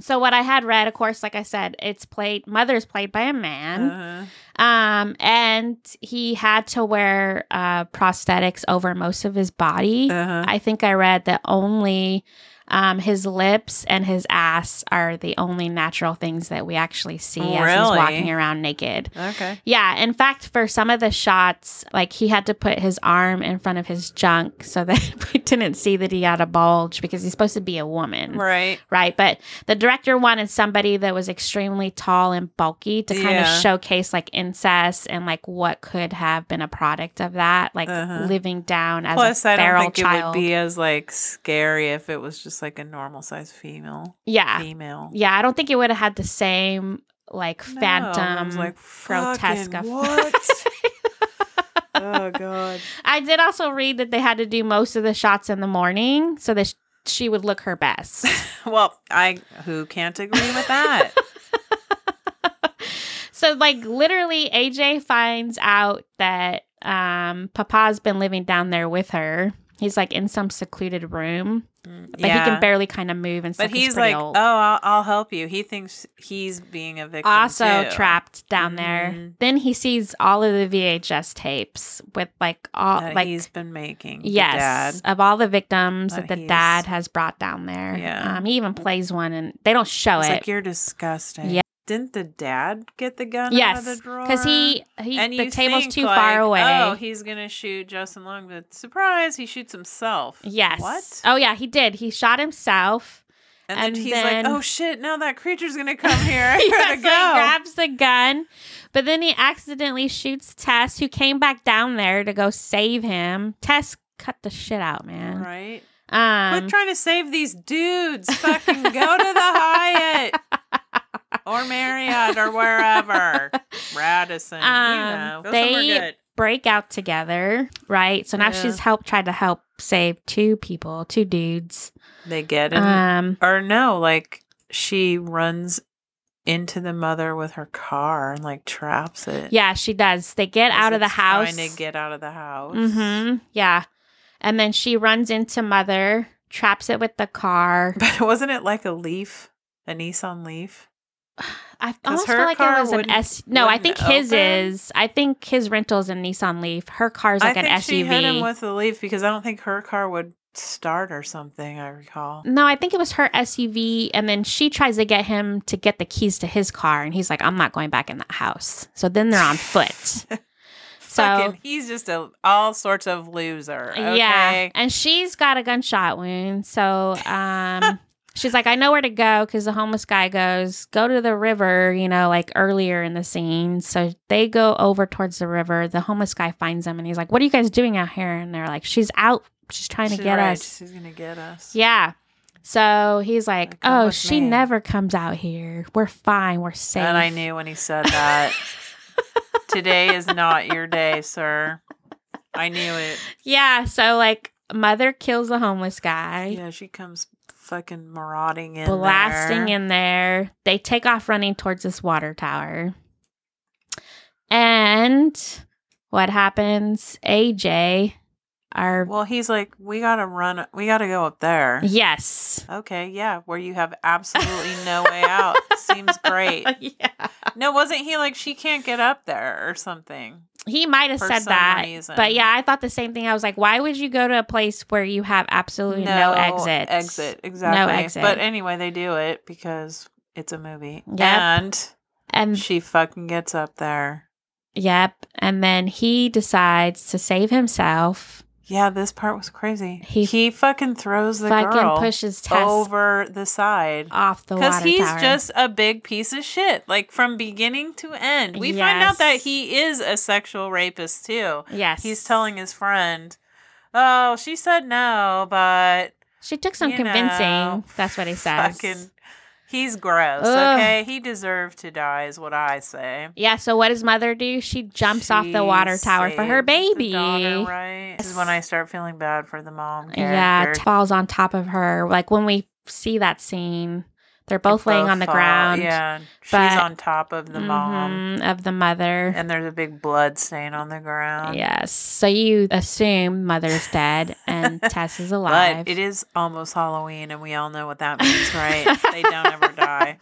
S2: So what I had read, of course, like I said, it's played. Mother's played by a man.
S1: Uh-huh.
S2: Um, and he had to wear uh prosthetics over most of his body.
S1: Uh-huh.
S2: I think I read that only um his lips and his ass are the only natural things that we actually see as he's
S1: Really?
S2: walking around naked.
S1: Okay.
S2: Yeah, in fact, for some of the shots, like he had to put his arm in front of his junk so that we didn't see that he had a bulge because he's supposed to be a woman. Right.
S1: Right.
S2: but the director wanted somebody that was extremely tall and bulky to kind
S1: Yeah.
S2: of showcase like incest and like what could have been a product of that, like
S1: Uh-huh.
S2: living down as
S1: Plus,
S2: a
S1: I
S2: feral
S1: don't think it would
S2: child.
S1: be as like scary if it was just like a normal sized female.
S2: yeah,
S1: Female.
S2: yeah, I don't think it would have had the same like
S1: No, I
S2: phantom.
S1: was like,
S2: grotesque
S1: "Fucking
S2: of-
S1: What? oh god.
S2: I did also read that they had to do most of the shots in the morning so that sh- she would look her best.
S1: Well, I who can't agree with that?
S2: so like literally AJ finds out that um Papa's been living down there with her. He's like in some secluded room, but he can barely kind of move and stuff.
S1: But Mm, he's
S2: pretty
S1: like,
S2: old.
S1: oh, I'll, I'll help you. He thinks he's being a victim.
S2: also
S1: too.
S2: trapped down there.
S1: Mhm.
S2: Then he sees all of the VHS tapes with like all
S1: that
S2: like
S1: he's been making. the
S2: Yes,
S1: dad.
S2: of all the victims that,
S1: That
S2: the
S1: he's-
S2: dad has brought down there.
S1: Yeah.
S2: um, he even plays one, and they don't show
S1: It's
S2: it.
S1: like you're disgusting.
S2: Yeah.
S1: Didn't the dad get the gun out of the
S2: Yes,
S1: drawer?
S2: because he, he
S1: and
S2: the
S1: you
S2: table's
S1: think,
S2: too
S1: like,
S2: far away.
S1: Oh, he's gonna shoot Justin Long, but surprise, he shoots himself.
S2: yes.
S1: What?
S2: Oh yeah, he did. He shot himself.
S1: and, then
S2: and
S1: he's
S2: then-
S1: like, oh shit, now that creature's gonna come here. I
S2: Yeah, so
S1: gotta
S2: he
S1: go.
S2: grabs the gun, but then he accidentally shoots Tess, who came back down there to go save him. Tess cut the shit out, man.
S1: right. Quit
S2: Um,
S1: trying to save these dudes. Fucking go to the Hyatt or Marriott or wherever. Radisson. you
S2: Um,
S1: know, go
S2: they-
S1: somewhere good.
S2: break out together, right? So now
S1: Yeah.
S2: she's helped tried to help save two people, two dudes.
S1: They get in.
S2: Um,
S1: or no, like she runs into the mother with her car and like traps it.
S2: yeah, she does. They get
S1: As
S2: out of the
S1: it's
S2: house.
S1: Trying to get out of the house.
S2: hmm Yeah, and then she runs into mother, traps it with the car.
S1: But wasn't it like a leaf? A Nissan leaf?
S2: I
S1: 'Cause
S2: almost
S1: her
S2: feel like it
S1: car
S2: was an
S1: wouldn't-
S2: S. No, I
S1: wouldn't
S2: think his
S1: open?
S2: is. I think his rental is a Nissan Leaf. Her car's like
S1: I think
S2: an
S1: she hit him
S2: SUV.
S1: with the leaf because I don't think her car would start or something, I recall.
S2: no, I think it was her SUV, and then she tries to get him to get the keys to his car, and he's like, "I'm not going back in that house." So then they're on foot. So- Uh,
S1: Fucking, he's just a all sorts of loser.
S2: Yeah,
S1: Okay?
S2: and she's got a gunshot wound, so um, she's like, "I know where to go," because the homeless guy goes, "Go to the river," you know, like earlier in the scene. So they go over towards the river. The homeless guy finds them, and he's like, "What are you guys doing out here?" And they're like, "She's out. She's trying
S1: She's
S2: to get
S1: right,
S2: us."
S1: She's gonna get us.
S2: Yeah. So he's like,
S1: Like, come
S2: "Oh,
S1: with
S2: she
S1: me."
S2: never comes out here. We're fine. We're safe."
S1: And I knew when he said that. Today is not your day, sir. I knew it.
S2: Yeah. So like, mother kills the homeless guy.
S1: Yeah, she comes fucking marauding in.
S2: blasting
S1: there.
S2: in there. They take off running towards this water tower. And what happens? AJ, our
S1: Well, he's like, we gotta run. We gotta go up there.
S2: yes,
S1: Okay, yeah, where you have absolutely no way out. Seems great.
S2: yeah,
S1: No, wasn't he like she can't get up there or something?
S2: He might have
S1: For
S2: said
S1: some
S2: that.
S1: reason.
S2: But yeah, I thought the same thing. I was like, why would you go to a place where you have absolutely no, exits?
S1: Exit, exactly.
S2: exit.
S1: But anyway, they do it because it's a movie.
S2: Yep. Mm.
S1: And
S2: And
S1: she fucking gets up there.
S2: yep. And then he decides to save himself.
S1: Yeah, this part was crazy.
S2: He
S1: He, fucking throws the
S2: fucking
S1: girl
S2: pushes Tess
S1: over the side.
S2: off the water
S1: Because he's
S2: tower.
S1: just a big piece of shit, like from beginning to end. We find out that
S2: Yes.
S1: he is a sexual rapist too.
S2: yes.
S1: He's telling his friend, "Oh, she said no, but
S2: She took some
S1: you
S2: convincing.
S1: know,
S2: That's what he says.
S1: Fucking, he's gross.
S2: Ugh.
S1: Okay, he deserved to die, is what I say.
S2: Yeah, so what does mother do? She jumps off the
S1: She
S2: water tower for her
S1: saved the
S2: baby.
S1: daughter, right? This is when I start feeling bad for the mom.
S2: Yeah,
S1: character.
S2: t- falls on top of her. Like when we see that scene, they're both
S1: They
S2: laying on the
S1: fall-
S2: ground.
S1: Yeah,
S2: but-
S1: she's on top of the mom,
S2: Mhm, of the mother.
S1: and there's a big blood stain on the ground.
S2: Yes. So you assume mother's dead and Tess is alive.
S1: But it is almost Halloween, and we all know what that means, right? they don't ever die.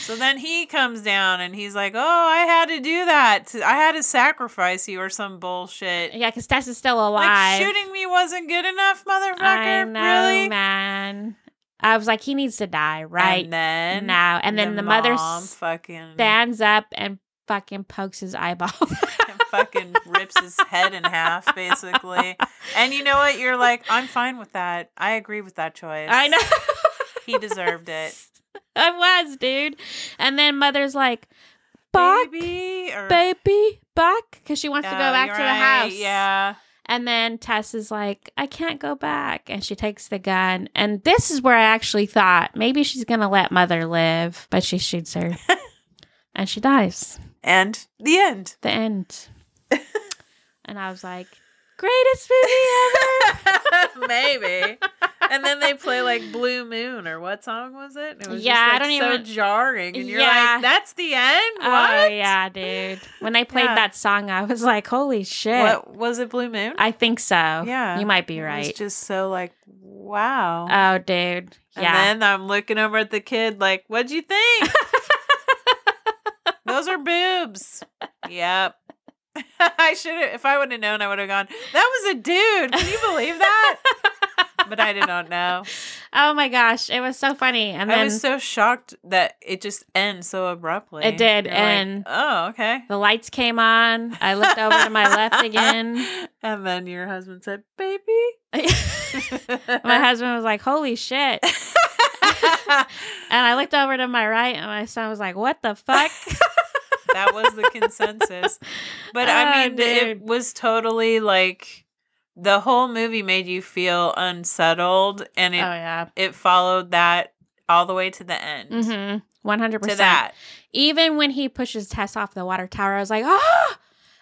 S1: So then he comes down and he's like, "Oh, I had to do that. I had to sacrifice you or some bullshit."
S2: Yeah, because Tess is still alive.
S1: Like shooting me wasn't good enough, motherfucker.
S2: I know,
S1: really?
S2: man. I was like, he needs to die right
S1: And then
S2: now. And then the, mother
S1: mom
S2: s-
S1: fucking
S2: stands up and fucking pokes his eyeball.
S1: fucking rips his head in half, basically. And you know what? You're like, I'm fine with that. I agree with that choice.
S2: I know.
S1: He deserved it.
S2: I was, dude. And then mother's like, Buck, baby,
S1: Baby, or-
S2: Buck, because she wants to go
S1: Oh,
S2: back
S1: you're
S2: to the
S1: right,
S2: house.
S1: Yeah.
S2: And then Tess is like, I can't go back. And she takes the gun. And this is where I actually thought maybe she's going to let mother live, but she shoots her. and she dies.
S1: And the end.
S2: The end. and I was like, greatest movie ever.
S1: Maybe. And then they play like Blue Moon or what song was it? It was
S2: Yeah, I
S1: just, like,
S2: don't
S1: so
S2: even-
S1: jarring. And you're
S2: Yeah.
S1: like, that's the end? What?
S2: Oh, yeah, dude. When they played
S1: Yeah.
S2: that song, I was like, holy shit.
S1: What was it Blue Moon?
S2: I think so.
S1: Yeah.
S2: You might be
S1: It
S2: right.
S1: was just so like, wow.
S2: oh, dude. Yeah.
S1: And then I'm looking over at the kid like, what'd you think? Those are boobs. Yep. I should have, if I would have known, I would have gone, that was a dude. Can you believe that? but I did not know.
S2: oh, my gosh. It was so funny. And then
S1: I was so shocked that it just ends so abruptly.
S2: It did
S1: You're like,
S2: end.
S1: oh, okay.
S2: the lights came on. I looked over to my left again.
S1: And then your husband said, baby.
S2: My husband was like, holy shit. And I looked over to my right and my son was like, what the fuck?
S1: that was the consensus. But I
S2: Oh,
S1: mean, th-
S2: dude.
S1: it was totally like the whole movie made you feel unsettled, and
S2: oh,
S1: it
S2: yeah.
S1: it followed that all the way to the end.
S2: Mm-hmm. 100%.
S1: To that,
S2: Even when he pushes Tess off the water tower, I was like, oh,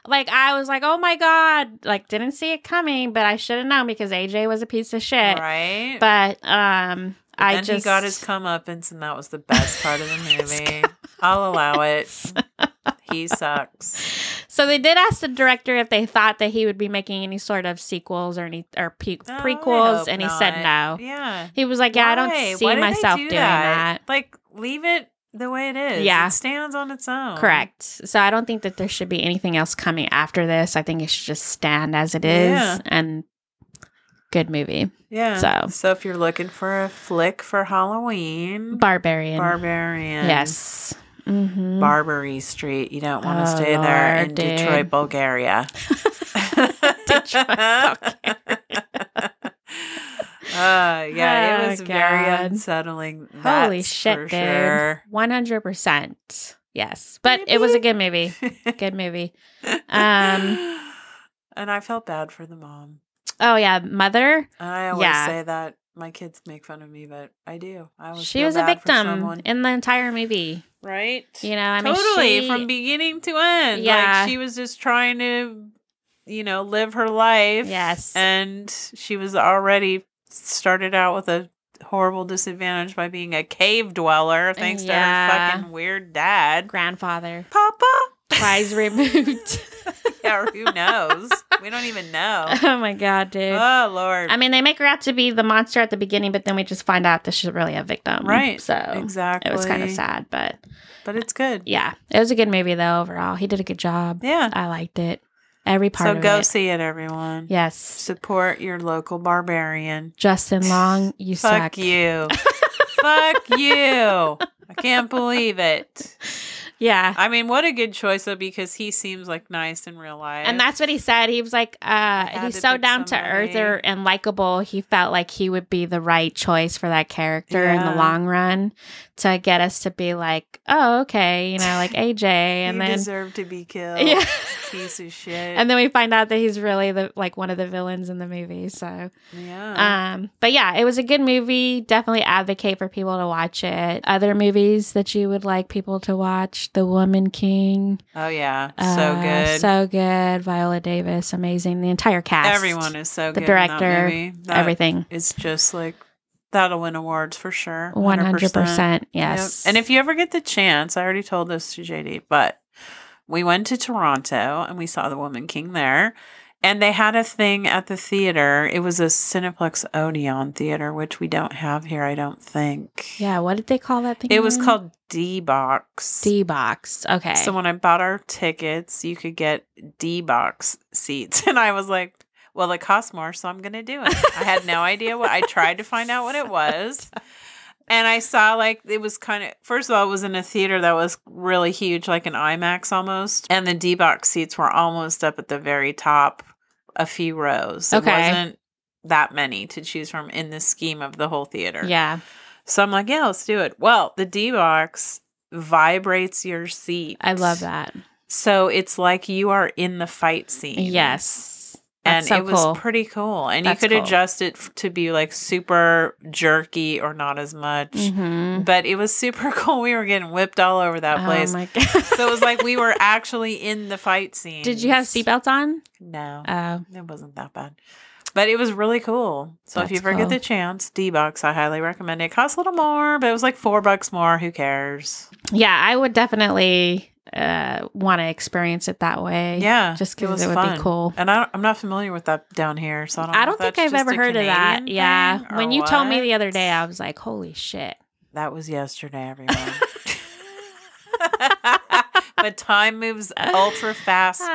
S2: like I was like, oh my God. Like, didn't see it coming, but I should have known because AJ was a piece of shit.
S1: right?
S2: Eh, But, um,
S1: But
S2: I
S1: then
S2: just
S1: he got his comeuppance, and that was the best part of the movie. I'll allow it. He sucks.
S2: So they did ask the director if they thought that he would be making any sort of sequels or any or pe-
S1: No, I
S2: prequels,
S1: hope
S2: and he said
S1: not.
S2: no.
S1: Yeah.
S2: He was like, Oh. "Yeah, I
S1: Why?
S2: don't see
S1: Why did they
S2: myself
S1: do
S2: doing that."
S1: Like, leave it the way it is.
S2: Yeah.
S1: It stands on its own.
S2: Correct. So I don't think that there should be anything else coming after this. I think it should just stand as it is
S1: Yeah.
S2: and good movie.
S1: Yeah.
S2: So-
S1: if you're looking for a flick for Halloween,
S2: Barbarian.
S1: Barbarian.
S2: Yes. hmm
S1: Barbary Street. You don't want to
S2: Oh,
S1: stay there
S2: Lord,
S1: in
S2: dude.
S1: Detroit, Bulgaria.
S2: Detroit, Bulgaria.
S1: Uh, yeah,
S2: Oh,
S1: it was very
S2: God.
S1: unsettling. That's
S2: Holy shit,
S1: for
S2: dude.
S1: sure.
S2: 100%. Yes. But it was a good movie. Good movie. Um,
S1: and I felt bad for the mom.
S2: Oh, yeah. Mother.
S1: I always
S2: Yeah.
S1: say that my kids make fun of me, but I do. I always
S2: she
S1: feel
S2: was a
S1: bad for
S2: victim
S1: someone.
S2: in the entire movie.
S1: right?
S2: You know, I mean,
S1: totally
S2: she-
S1: from beginning to end.
S2: Yeah.
S1: Like she was just trying to, you know, live her life.
S2: Yes.
S1: And she was already started out with a horrible disadvantage by being a cave dweller thanks
S2: Yeah.
S1: to her fucking weird dad.
S2: grandfather
S1: Papa?
S2: twice removed.
S1: Yeah, or who knows? We don't even know.
S2: oh my god, dude.
S1: Oh Lord.
S2: I mean, they make her out to be the monster at the beginning, but then we just find out that she's really a victim.
S1: right.
S2: So
S1: exactly.
S2: oh, it was kind of sad, but
S1: But it's good.
S2: yeah, it was a good movie though. Overall, he did a good job.
S1: Yeah.
S2: I liked it. Every part
S1: So
S2: of
S1: go
S2: it.
S1: see it, everyone.
S2: yes,
S1: Support your local barbarian.
S2: Justin Long, you
S1: Fuck
S2: suck.
S1: you. Fuck you. I can't believe it.
S2: Yeah.
S1: I mean, what a good choice though, because he seems like nice in real life.
S2: And that's what he said. He was like, uh,
S1: Had
S2: he's
S1: to
S2: so
S1: pick
S2: down to earth
S1: somebody.
S2: or- and likable. He felt like he would be the right choice for that character in the
S1: Yeah.
S2: long run to get us to be like, oh, okay, you know, like AJ. And
S1: you
S2: then,
S1: deserve to be killed.
S2: yeah.
S1: Piece of shit.
S2: and then we find out that he's really the like one of the villains in the movie. So,
S1: yeah.
S2: um, but yeah, it was a good movie. Definitely advocate for people to watch it. Other movies that you would like people to watch: The Woman King.
S1: oh yeah. So
S2: Uh,
S1: good.
S2: so good. Viola Davis, amazing. The entire cast,
S1: Everyone is so
S2: the
S1: good.
S2: director,
S1: in that movie. That
S2: everything,
S1: It's just like that'll win awards for sure.
S2: one
S1: 100%.
S2: hundred percent.
S1: Yep.
S2: Yes,
S1: And if you ever get the chance, I already told this to JD, but we went to Toronto and we saw The Woman King there. And they had a thing at the theater. It was a Cineplex Odeon theater, which we don't have here, I don't think.
S2: yeah, Mm-hmm. what did they call that thing?
S1: It was
S2: again?
S1: called D Box.
S2: D box. Okay,
S1: So when I bought our tickets, you could get D box seats. And I was like, well, it costs more, so I'm going to do it. I had no idea what I tried to find out what it was. And I saw like it was kind of first of all, it was in a theater that was really huge, like an IMAX almost. And the D box seats were almost up at the very top, a few rows.
S2: Okay.
S1: It wasn't that many to choose from in the scheme of the whole theater.
S2: yeah,
S1: So I'm like, yeah, let's do it. Well, the D box vibrates your seat.
S2: I love that.
S1: So it's like you are in the fight scene.
S2: Yes,
S1: And
S2: that's so
S1: it was
S2: cool.
S1: pretty cool. And
S2: That's
S1: you could
S2: cool.
S1: adjust it f- to be like super jerky or not as much.
S2: Mhm.
S1: But it was super cool. We were getting whipped all over that place.
S2: Oh my god!
S1: so it was like we were actually in the fight scene.
S2: Did you have seatbelts on?
S1: No,
S2: Uh,
S1: it wasn't that bad. But it was really cool. So if you
S2: That's
S1: ever get
S2: cool.
S1: the chance, D Box, I highly recommend it. It costs a little more, but it was like four bucks more. Who cares?
S2: yeah, I would definitely uh, want to experience it that way.
S1: Yeah.
S2: just
S1: it
S2: because
S1: was
S2: it, would
S1: fun.
S2: be cool.
S1: And I don't, I'm not familiar with that down here, so I don't.
S2: I
S1: know
S2: don't
S1: if
S2: think
S1: that's
S2: I've
S1: just
S2: ever
S1: a
S2: heard of that.
S1: Canadian
S2: Yeah,
S1: thing or
S2: when you told me
S1: what.
S2: the other day, I was like, "Holy shit!"
S1: that was yesterday, everyone. but time moves ultra fast now,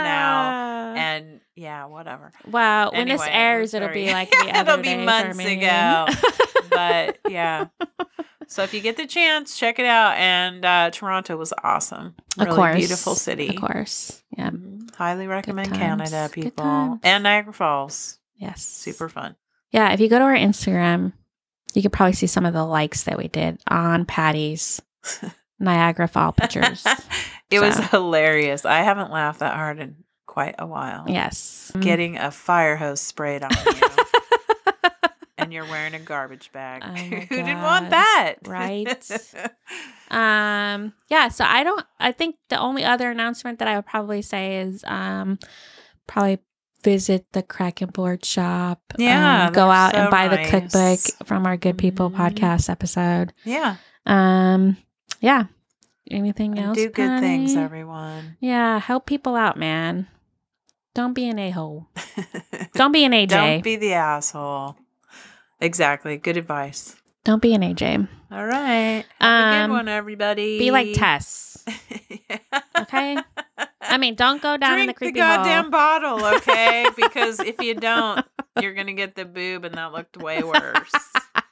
S2: Ah.
S1: and yeah, whatever.
S2: Well, when this
S1: Anyway, it
S2: airs,
S1: was
S2: it'll
S1: very-
S2: be like the
S1: It'll
S2: other
S1: be
S2: day for
S1: months
S2: me.
S1: ago. But yeah, so if you get the chance, check it out. And uh, Toronto was awesome.
S2: of
S1: Really
S2: course,
S1: beautiful city.
S2: Of course, yeah,
S1: Mhm. Highly recommend
S2: times,
S1: Canada,
S2: good
S1: people,
S2: times.
S1: and Niagara Falls.
S2: yes,
S1: Super fun.
S2: Yeah, if you go to our Instagram, you could probably see some of the likes that we did on Patty's Niagara Fall pictures.
S1: it was
S2: So.
S1: hilarious. I haven't laughed that hard in quite a while.
S2: yes,
S1: Getting a fire hose sprayed on you and you're wearing a garbage bag.
S2: Oh my
S1: Who didn't
S2: God.
S1: want that?
S2: Right? Um, yeah, so I don't I think the only other announcement that I would probably say is um probably visit the crack and board shop.
S1: Yeah,
S2: Um, go
S1: they're
S2: out and
S1: so
S2: buy
S1: nice.
S2: the cookbook from our Good People
S1: Mhm.
S2: podcast episode.
S1: yeah.
S2: Um yeah. Anything
S1: and
S2: else?
S1: do good things,
S2: Patty?
S1: everyone.
S2: Yeah, help people out, man. Don't be an a hole. Don't be an AJ.
S1: Don't be the asshole. Exactly. Good advice.
S2: Don't be an AJ.
S1: All right. Have a
S2: Um
S1: good one, everybody.
S2: be like Tess. Okay? I mean, don't go down
S1: Drink
S2: in the creepy
S1: goddamn
S2: hole.
S1: bottle, okay? because if you don't, you're gonna get the boob, and that looked way worse.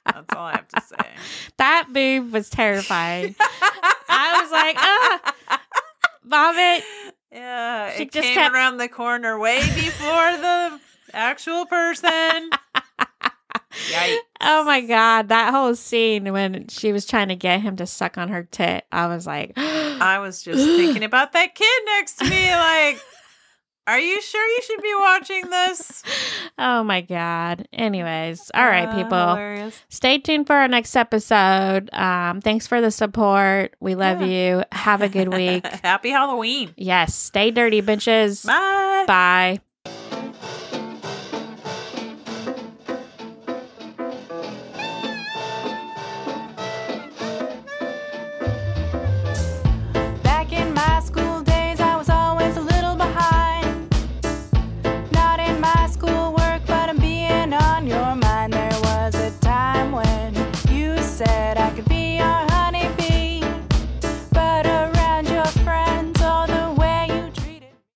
S1: That's all I have to say.
S2: That boob was terrifying. I was like, ah. vomit.
S1: yeah,
S2: She
S1: it
S2: just
S1: came
S2: kept-
S1: around the corner way before the actual person. Yikes.
S2: Oh my god, that whole scene when she was trying to get him to suck on her tit, I was like, oh
S1: I was just thinking about that kid next to me. Like, are you sure you should be watching this?
S2: oh my god. Anyways, all right,
S1: Uh,
S2: people,
S1: hilarious.
S2: stay tuned for our next episode. Um, thanks for the support. We love
S1: Yeah.
S2: you. Have a good week.
S1: Happy Halloween.
S2: yes, stay dirty, bitches.
S1: Bye.
S2: Bye.